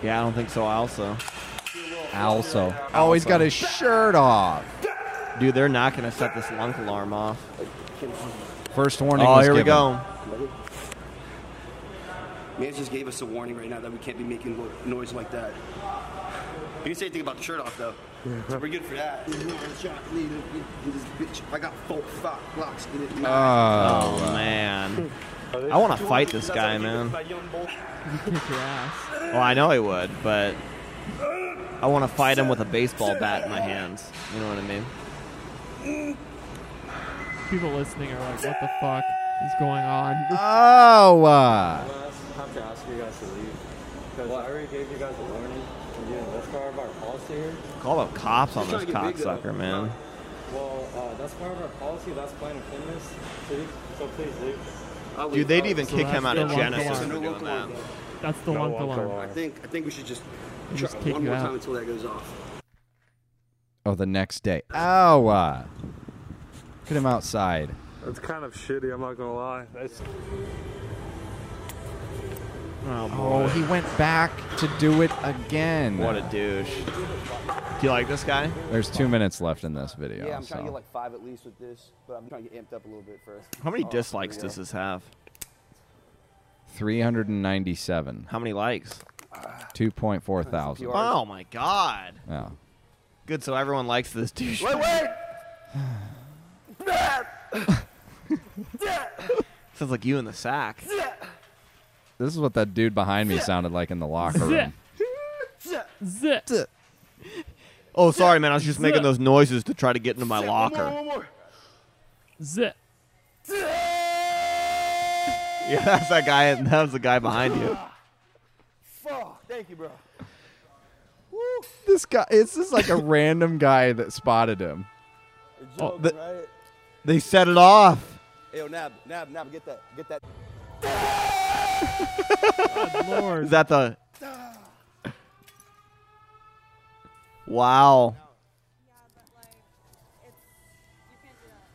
Speaker 4: Yeah, I don't think so. Also,
Speaker 3: Also. Oh, he's got his shirt off.
Speaker 4: dude, they're not gonna set this lunk alarm off.
Speaker 3: First warning.
Speaker 4: Oh,
Speaker 3: was
Speaker 4: here we
Speaker 3: given.
Speaker 4: go.
Speaker 6: Man just gave us a warning right now that we can't be making lo- noise like that. You didn't say anything about the shirt off though. So we're good for that. I got four, five blocks in it.
Speaker 3: Oh.
Speaker 2: Oh man. I want to fight this guy, man.
Speaker 1: Kick your ass.
Speaker 2: Well, I know he would, but I want to fight him with a baseball bat in my hands. You know what I mean?
Speaker 1: People listening are like, what the fuck is going on?
Speaker 3: Oh. uh,
Speaker 7: have to ask you guys to leave. Because I already gave you guys a warning. You know, that's part of our policy here.
Speaker 2: Call the cops on
Speaker 6: He's
Speaker 2: this
Speaker 6: trying to get big, though.
Speaker 2: cocksucker, man.
Speaker 7: Well, uh, that's part of our policy. That's Planet Fitness. Please, so please leave.
Speaker 2: Dude, they'd even
Speaker 1: So
Speaker 2: kick
Speaker 1: that's
Speaker 2: him out of
Speaker 1: the one
Speaker 2: Genesis
Speaker 1: alarm.
Speaker 2: for doing that.
Speaker 1: That's the
Speaker 5: No
Speaker 1: lunk
Speaker 5: one
Speaker 1: alarm.
Speaker 5: alarm.
Speaker 6: I think I think we should just
Speaker 1: Just
Speaker 6: try
Speaker 1: kick
Speaker 6: one
Speaker 1: you
Speaker 6: more
Speaker 1: out.
Speaker 6: time until that goes off.
Speaker 3: oh, the next day. Oh. uh, Get him outside.
Speaker 5: It's kind of shitty, I'm not gonna lie. It's
Speaker 3: Oh, he went back to do it again.
Speaker 2: What a douche. Do you like this guy?
Speaker 3: There's two minutes left in this video.
Speaker 6: Yeah, I'm trying to
Speaker 3: so.
Speaker 6: get like five at least with this, but I'm trying to get amped up a little bit first.
Speaker 2: How many
Speaker 6: Oh,
Speaker 2: dislikes
Speaker 6: here we
Speaker 2: does
Speaker 6: go.
Speaker 2: this have?
Speaker 3: 397.
Speaker 2: How many likes?
Speaker 3: 2.4 thousand.
Speaker 6: PR.
Speaker 2: Oh my god.
Speaker 3: Oh.
Speaker 2: Good, so everyone likes this douche.
Speaker 6: Wait, wait!
Speaker 2: Sounds like you in the sack.
Speaker 3: This is what that dude behind me sounded like in the locker room.
Speaker 1: Zit.
Speaker 2: Oh, sorry, man. I was just making those noises to try to get into my
Speaker 6: One
Speaker 2: locker.
Speaker 6: more.
Speaker 1: Zit.
Speaker 2: Yeah, that's that guy. That was the guy behind you.
Speaker 6: Fuck! Thank you, bro.
Speaker 3: This guy, it's just like a random guy that spotted him.
Speaker 6: You're
Speaker 2: Oh,
Speaker 6: joking,
Speaker 2: the-
Speaker 6: right?
Speaker 2: They set it off.
Speaker 6: Hey, yo, Nab, Nab, Nab, get that, get that.
Speaker 2: Is that the? Wow.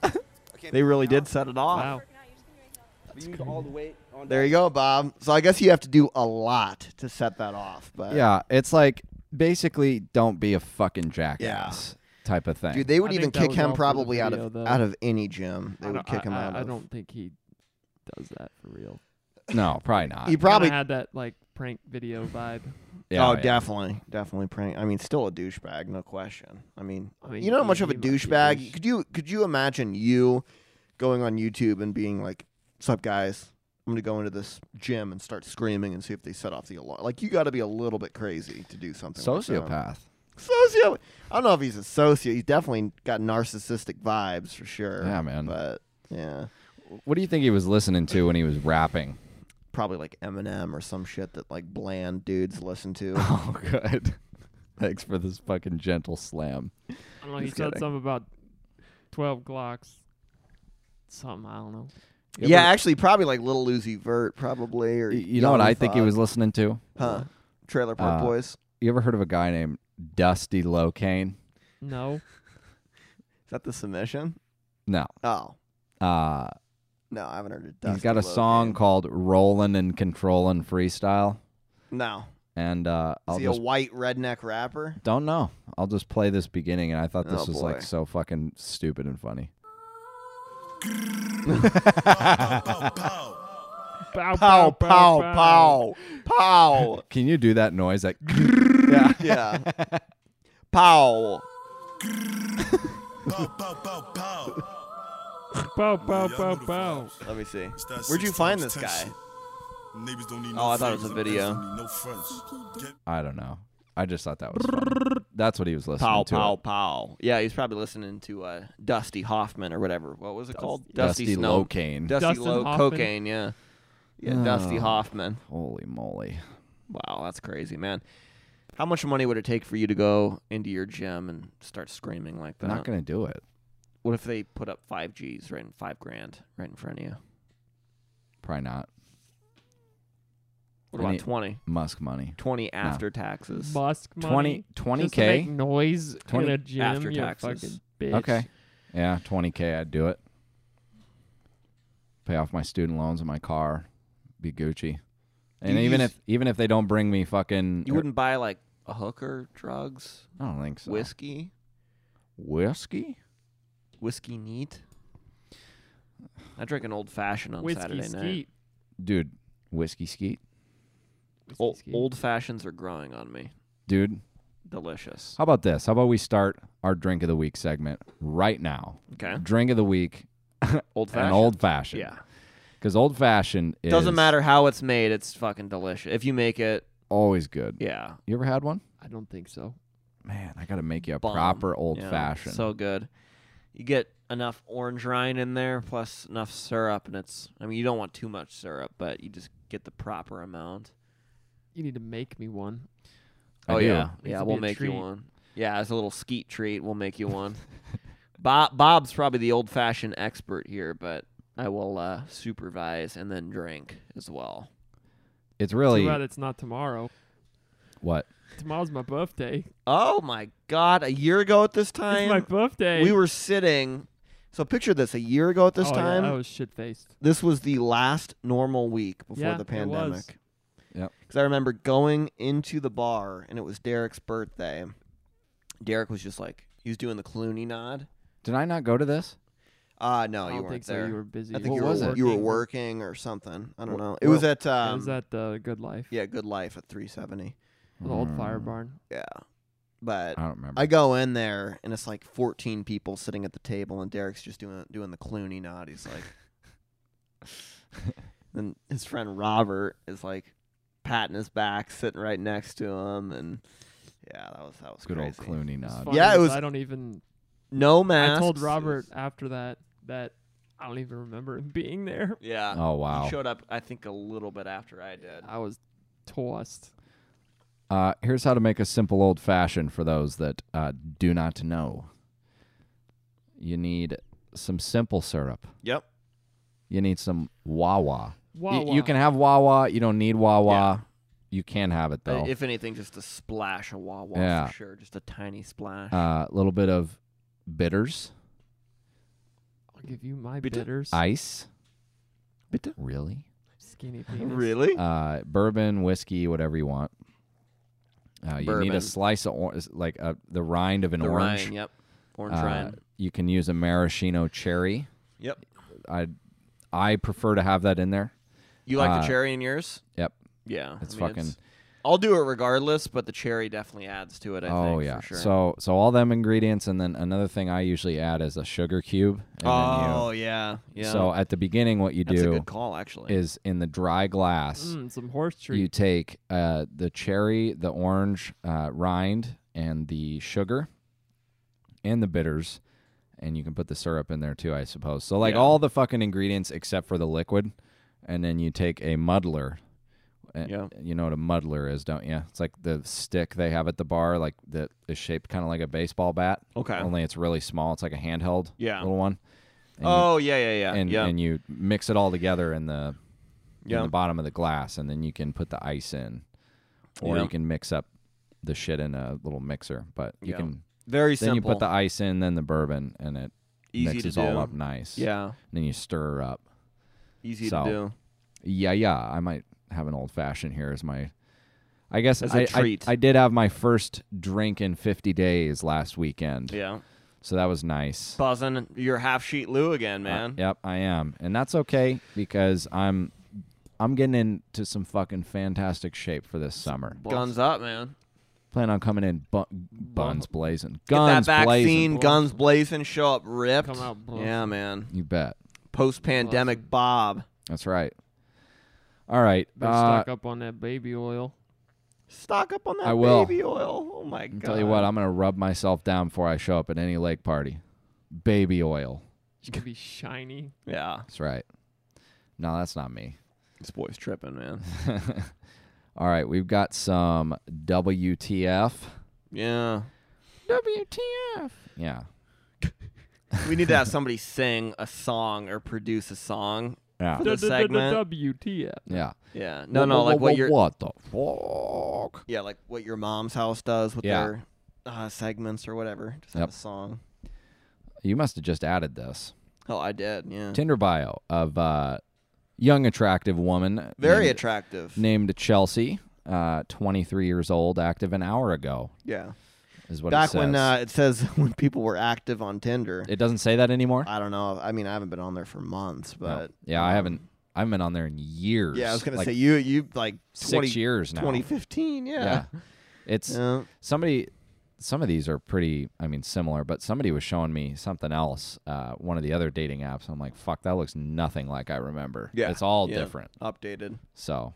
Speaker 6: can't
Speaker 4: They really did set it off.
Speaker 1: Wow.
Speaker 6: You need all the weight on
Speaker 4: There you go, Bob. So I guess you have to do a lot to set that off. But
Speaker 3: Yeah, it's like basically don't be a fucking jackass type of thing.
Speaker 4: dude, they would
Speaker 1: I
Speaker 4: even
Speaker 1: think that
Speaker 4: kick
Speaker 1: was
Speaker 4: him
Speaker 1: all for the
Speaker 4: probably out
Speaker 1: video,
Speaker 4: of
Speaker 1: though.
Speaker 4: out of any gym. They
Speaker 1: I
Speaker 4: would
Speaker 1: don't-
Speaker 4: kick
Speaker 1: I,
Speaker 4: him
Speaker 1: I-
Speaker 4: out.
Speaker 1: I
Speaker 4: of.
Speaker 1: don't think he does that for real.
Speaker 3: no, probably not.
Speaker 4: He probably.
Speaker 1: Probably had that like prank video vibe.
Speaker 3: Yeah,
Speaker 4: oh,
Speaker 3: yeah.
Speaker 4: definitely, definitely prank. I mean, still a douchebag, no question. I mean,
Speaker 1: I mean,
Speaker 4: you know how
Speaker 1: he-
Speaker 4: much of a
Speaker 1: he might be a
Speaker 4: douchebag.
Speaker 1: douche.
Speaker 4: Could you could you imagine you going on YouTube and being like, "What's up, guys? I'm gonna go into this gym and start screaming and see if they set off the alarm." Like, you got to be a little bit crazy to do something. like that.
Speaker 3: Sociopath.
Speaker 4: socio. I don't know if he's a socio. He's definitely got narcissistic vibes for sure.
Speaker 3: Yeah, man.
Speaker 4: But yeah,
Speaker 3: What do you think he was listening to when he was rapping?
Speaker 4: probably like Eminem or some shit that like bland dudes listen to.
Speaker 3: Oh, good. Thanks for this fucking gentle slam.
Speaker 1: I don't know. He
Speaker 4: Just
Speaker 1: said
Speaker 4: kidding.
Speaker 1: something about twelve Glocks. Something I don't know.
Speaker 3: You
Speaker 4: yeah,
Speaker 3: ever-
Speaker 4: actually, probably like Little Uzi Vert, probably. Or
Speaker 3: Y- You know what
Speaker 4: Young
Speaker 3: I think he
Speaker 4: Thug.
Speaker 3: was listening to?
Speaker 4: Huh? Trailer Park
Speaker 3: Uh,
Speaker 4: Boys.
Speaker 3: You ever heard of a guy named Dusty Locane?
Speaker 1: No.
Speaker 4: Is that the submission?
Speaker 3: No.
Speaker 4: Oh
Speaker 3: Uh,
Speaker 4: no, I haven't heard it.
Speaker 3: he's got a song called "Rollin' and Controllin' Freestyle,"
Speaker 4: No,
Speaker 3: and uh,
Speaker 4: is
Speaker 3: I'll
Speaker 4: he
Speaker 3: just
Speaker 4: a white redneck rapper?
Speaker 3: don't know. I'll just play this beginning, and I thought this
Speaker 4: Oh,
Speaker 3: was
Speaker 4: boy.
Speaker 3: like so fucking stupid and funny.
Speaker 1: Pow
Speaker 4: Pow pow pow pow.
Speaker 3: Can you do that noise? That
Speaker 4: yeah. Pow.
Speaker 1: pow pow pow pow.
Speaker 4: Let me see.
Speaker 8: that
Speaker 4: Where'd you
Speaker 8: six
Speaker 4: find this
Speaker 8: times ten
Speaker 4: guy?
Speaker 8: shit. Niggas don't need
Speaker 2: Oh,
Speaker 8: no
Speaker 2: I thought it was
Speaker 8: favors,
Speaker 2: a video.
Speaker 8: niggas don't need No friends. Get
Speaker 3: I don't know. I just thought that was funny. That's what he was listening
Speaker 2: Pow,
Speaker 3: to.
Speaker 2: pow, pow. Yeah, he's probably listening to uh, Dusty Hoffman or whatever. What was it called?
Speaker 3: Dusty,
Speaker 2: Snow.
Speaker 3: Locane.
Speaker 2: Dusty
Speaker 1: Dustin
Speaker 2: Low
Speaker 1: Hoffman.
Speaker 2: Cocaine, yeah. Yeah, Dusty
Speaker 3: Oh.
Speaker 2: Hoffman.
Speaker 3: Holy moly!
Speaker 2: Wow, that's crazy, man. How much money would it take for you to go into your gym and start screaming like that?
Speaker 3: Not gonna do it.
Speaker 2: What if they put up five G's right in five grand right in front of you?
Speaker 3: Probably not.
Speaker 2: What
Speaker 3: I
Speaker 2: about
Speaker 3: need-
Speaker 2: twenty?
Speaker 3: Musk money.
Speaker 2: Twenty after taxes.
Speaker 1: Musk money.
Speaker 3: 20
Speaker 1: Just to
Speaker 3: 20K?
Speaker 1: make noise
Speaker 3: 20
Speaker 1: in a gym.
Speaker 2: after
Speaker 1: you
Speaker 2: taxes.
Speaker 1: Fucking bitch.
Speaker 3: Okay. Yeah, 20K, I'd do it. Pay off my student loans and my car, be Gucci. And
Speaker 2: you
Speaker 3: even
Speaker 2: use-
Speaker 3: if even if they don't bring me fucking
Speaker 2: You wouldn't buy like a hooker, drugs,
Speaker 3: I don't think so.
Speaker 2: whiskey,
Speaker 3: Whiskey?
Speaker 2: whiskey neat. I drink an old fashioned on
Speaker 1: Whiskey
Speaker 2: Saturday night.
Speaker 1: skeet.
Speaker 3: Dude, whiskey skeet.
Speaker 1: Whiskey
Speaker 2: Old,
Speaker 1: skeet.
Speaker 2: old fashions are growing on me.
Speaker 3: Dude,
Speaker 2: Delicious.
Speaker 3: how about this? How about we start our drink of the week segment right now?
Speaker 2: Okay.
Speaker 3: Drink of the week,
Speaker 2: Old
Speaker 3: an
Speaker 2: fashioned.
Speaker 3: old fashioned.
Speaker 2: Yeah.
Speaker 3: Because old fashioned is
Speaker 2: Doesn't matter how it's made. It's fucking delicious. If you make it,
Speaker 3: always good.
Speaker 2: yeah.
Speaker 3: You ever had one?
Speaker 1: I don't think so.
Speaker 3: Man, I got to make you a
Speaker 2: bomb.
Speaker 3: proper old
Speaker 2: Yeah,
Speaker 3: fashioned.
Speaker 2: So good. You get enough orange rind in there, plus enough syrup, and it's. I mean, you don't want too much syrup, but you just get the proper amount.
Speaker 1: You need to make me one.
Speaker 3: I
Speaker 2: oh
Speaker 3: do.
Speaker 2: yeah,
Speaker 1: Needs
Speaker 2: yeah.
Speaker 1: to be
Speaker 2: We'll
Speaker 1: a
Speaker 2: make you
Speaker 1: treat.
Speaker 2: one. Yeah, as a little skeet treat, we'll make you one. Bob Bob's probably the old fashioned expert here, but I will uh, supervise and then drink as well.
Speaker 3: It's
Speaker 1: Too
Speaker 3: really
Speaker 1: bad it's not tomorrow.
Speaker 3: what?
Speaker 1: Tomorrow's my birthday.
Speaker 2: Oh my God! A year ago at this time,
Speaker 1: It's my birthday.
Speaker 2: we were sitting.
Speaker 4: So picture this: a year ago at this
Speaker 1: Oh, yeah,
Speaker 4: time,
Speaker 1: I was shit faced.
Speaker 4: this was the last normal week before
Speaker 1: Yeah,
Speaker 4: the
Speaker 1: it was.
Speaker 4: pandemic.
Speaker 3: Yep.
Speaker 4: Because I remember going into the bar and it was Derek's birthday.
Speaker 2: Derek was just like he was doing the Clooney nod.
Speaker 3: Did I not go to this?
Speaker 4: Uh no,
Speaker 1: I
Speaker 4: you
Speaker 1: don't
Speaker 4: weren't
Speaker 1: think
Speaker 4: there.
Speaker 1: so. You were busy.
Speaker 4: I think
Speaker 3: What
Speaker 4: you
Speaker 3: was
Speaker 4: were
Speaker 3: it?
Speaker 4: you were working or something. I don't
Speaker 3: Wh-
Speaker 4: know. It was at
Speaker 1: It
Speaker 4: um,
Speaker 1: was at the Good Life,
Speaker 4: yeah, Good Life at 370.
Speaker 1: the old
Speaker 3: Mm,
Speaker 1: fire barn.
Speaker 4: Yeah, but
Speaker 3: I don't remember.
Speaker 4: I go in there and it's like 14 people sitting at the table, and Derek's just doing doing the Clooney nod. He's like, and his friend Robert is like patting his back, sitting right next to him, and yeah, that was that was
Speaker 3: Good old
Speaker 4: crazy.
Speaker 3: Clooney
Speaker 1: It's
Speaker 3: nod.
Speaker 1: funny
Speaker 4: Yeah, it
Speaker 1: because
Speaker 4: was-
Speaker 1: I don't even.
Speaker 4: No masks.
Speaker 1: I told Robert after that that I don't even remember him being there.
Speaker 2: Yeah.
Speaker 3: Oh wow.
Speaker 2: He showed up, I think, a little bit after I did.
Speaker 1: I was tossed.
Speaker 3: Uh, here's how to make a simple old fashioned for those that uh, do not know. You need some simple syrup.
Speaker 2: Yep.
Speaker 3: You need some Wawa. Y-
Speaker 1: Wow.
Speaker 3: you can have Wawa. You don't need Wawa. You can have it though.
Speaker 2: If anything, just a splash of Wawa
Speaker 3: Yeah. Uh,
Speaker 2: for sure. Just a tiny splash.
Speaker 3: A little bit of bitters.
Speaker 1: I'll get give you my
Speaker 2: Bitte?
Speaker 1: bitters.
Speaker 3: Ice.
Speaker 2: Bitte?
Speaker 3: Really?
Speaker 1: skinny penis.
Speaker 2: Really?
Speaker 3: Uh, bourbon, whiskey, whatever you want. Uh, you need
Speaker 2: Bourbon.
Speaker 3: a slice of or- like uh the rind of an
Speaker 2: the
Speaker 3: orange.
Speaker 2: rind, yep. Orange
Speaker 3: Uh,
Speaker 2: rind.
Speaker 3: You can use a maraschino cherry.
Speaker 2: Yep.
Speaker 3: I I prefer to have that in there.
Speaker 2: You like
Speaker 3: uh,
Speaker 2: the cherry in yours?
Speaker 3: Yep.
Speaker 2: Yeah.
Speaker 3: It's
Speaker 2: I mean,
Speaker 3: fucking
Speaker 2: I'll do it regardless, but the cherry definitely adds to it. I
Speaker 3: oh
Speaker 2: think,
Speaker 3: yeah.
Speaker 2: For sure.
Speaker 3: So so all them ingredients and then another thing I usually add is a sugar cube. And
Speaker 2: oh
Speaker 3: then
Speaker 2: yeah,
Speaker 3: you,
Speaker 2: yeah.
Speaker 3: So at the beginning, what you
Speaker 2: that's a
Speaker 3: do
Speaker 2: good call, actually.
Speaker 3: is in the dry glass,
Speaker 1: Mm, some horse
Speaker 3: you
Speaker 1: treat.
Speaker 3: take uh, the cherry, the orange uh, rind, and the sugar, and the bitters, and you can put the syrup in there too, I suppose. So like
Speaker 2: Yeah.
Speaker 3: all the fucking ingredients except for the liquid, and then you take a muddler. Uh,
Speaker 2: Yeah.
Speaker 3: You know what a muddler is, don't you? It's like the stick they have at the bar, like that is shaped kind of like a baseball bat.
Speaker 2: Okay.
Speaker 3: Only it's really small. It's like a handheld
Speaker 2: Yeah.
Speaker 3: little one. And you-
Speaker 2: oh yeah, yeah, yeah.
Speaker 3: and
Speaker 2: yeah.
Speaker 3: and you mix it all together in the in
Speaker 2: Yeah.
Speaker 3: the bottom of the glass, and then you can put the ice in, or
Speaker 2: Yeah.
Speaker 3: you can mix up the shit in a little mixer. But you
Speaker 2: Yeah.
Speaker 3: can
Speaker 2: Very
Speaker 3: then
Speaker 2: simple.
Speaker 3: you put the ice in, then the bourbon, and it
Speaker 2: easy
Speaker 3: mixes
Speaker 2: to do.
Speaker 3: all up nice.
Speaker 2: Yeah,
Speaker 3: and then you stir up.
Speaker 2: easy
Speaker 3: So,
Speaker 2: to do.
Speaker 3: Yeah, yeah. I might have an old fashioned here as my. I guess
Speaker 2: As a
Speaker 3: I, I-
Speaker 2: treat.
Speaker 3: I did have my first drink in 50 days last weekend,
Speaker 2: Yeah,
Speaker 3: so that was nice.
Speaker 2: buzzing your half sheet Lou again, man.
Speaker 3: Uh, yep, I am, and that's okay because I'm I'm getting into some fucking fantastic shape for this summer.
Speaker 2: Guns up, man.
Speaker 3: Plan on coming in bu- buns blazing,
Speaker 2: Get
Speaker 3: guns
Speaker 2: that vaccine,
Speaker 3: blazing.
Speaker 2: guns blazing, show up ripped.
Speaker 1: Come out buzzing.
Speaker 2: yeah, man.
Speaker 3: You bet.
Speaker 2: Post pandemic Bob.
Speaker 3: That's right. All right,
Speaker 1: Better
Speaker 3: uh,
Speaker 1: stock up on that baby oil.
Speaker 2: Stock up on that
Speaker 3: I will.
Speaker 2: baby oil. Oh my god.
Speaker 3: I'll tell you what, I'm gonna rub myself down before I show up at any lake party. Baby oil.
Speaker 1: You can be shiny.
Speaker 2: yeah,
Speaker 3: That's right. No, that's not me.
Speaker 2: this boy's tripping, man.
Speaker 3: All right, we've got some WTF.
Speaker 2: Yeah,
Speaker 3: WTF. Yeah.
Speaker 2: we need to have somebody sing a song or produce a song
Speaker 3: Yeah.
Speaker 2: for this segment.
Speaker 1: WTF.
Speaker 3: Yeah.
Speaker 2: Yeah, no, no,
Speaker 3: Wha-
Speaker 2: like
Speaker 3: wha-
Speaker 2: what
Speaker 3: wha-
Speaker 2: your
Speaker 3: what the fuck?
Speaker 2: yeah, like what your mom's house does with
Speaker 3: Yeah.
Speaker 2: their uh, segments or whatever. Just have
Speaker 3: Yep.
Speaker 2: a song.
Speaker 3: You must have just added this
Speaker 2: Oh, I did. Yeah,
Speaker 3: Tinder bio of uh, young attractive woman.
Speaker 2: very
Speaker 3: named,
Speaker 2: attractive.
Speaker 3: Named Chelsea, uh, 23 years old, active an hour ago
Speaker 2: yeah,
Speaker 3: is what it
Speaker 4: Back
Speaker 3: says.
Speaker 4: when uh, it says when people were active on Tinder.
Speaker 3: it doesn't say that anymore.
Speaker 4: I don't know. I mean, I haven't been on there for months,
Speaker 3: No.
Speaker 4: Uh, but um,
Speaker 3: yeah, I haven't. I haven't been on there in years.
Speaker 4: yeah, I was gonna
Speaker 3: Like
Speaker 4: say you you like
Speaker 3: six
Speaker 4: 20,
Speaker 3: years now.
Speaker 4: 2015.
Speaker 3: Yeah,
Speaker 4: Yeah.
Speaker 3: it's
Speaker 4: Yeah.
Speaker 3: somebody some of these are pretty i mean similar but somebody was showing me something else uh, one of the other dating apps i'm like fuck that looks nothing like i remember
Speaker 2: Yeah,
Speaker 3: it's all
Speaker 2: yeah.
Speaker 3: different
Speaker 2: updated.
Speaker 3: so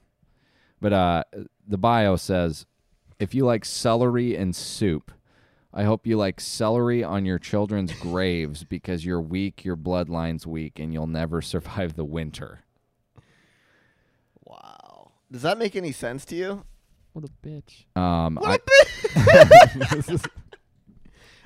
Speaker 3: but uh, the bio says if you like celery and soup i hope you like celery on your children's graves because you're weak your bloodline's weak and you'll never survive the winter
Speaker 4: Wow. Does that make any sense to you?
Speaker 1: What a bitch.
Speaker 3: um, I-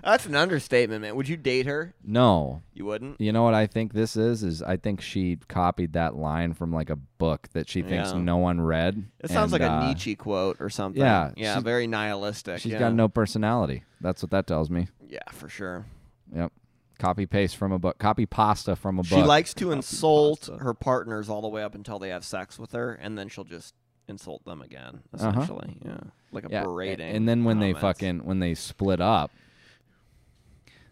Speaker 2: That's an understatement, man. Would you date her?
Speaker 3: no
Speaker 2: You wouldn't.
Speaker 3: You know what I think this is? Is I think she copied that line from like a book that she thinks
Speaker 2: Yeah.
Speaker 3: no one read.
Speaker 2: It sounds
Speaker 3: and,
Speaker 2: like a
Speaker 3: uh,
Speaker 2: Nietzsche quote or something.
Speaker 3: yeah,
Speaker 2: yeah,
Speaker 3: she's-
Speaker 2: very nihilistic.
Speaker 3: She's
Speaker 2: yeah.
Speaker 3: got no personality. That's what that tells me.
Speaker 2: Yeah, for sure.
Speaker 3: Yep. Copy paste from a book. Copy pasta from a
Speaker 2: She
Speaker 3: book.
Speaker 2: likes to insult her partners all the way up until they have sex with her, and then she'll just insult them again.
Speaker 3: Uh-huh.
Speaker 2: Essentially, yeah, like a
Speaker 3: yeah.
Speaker 2: berating.
Speaker 3: And then when they
Speaker 2: comments.
Speaker 3: fucking when they split up,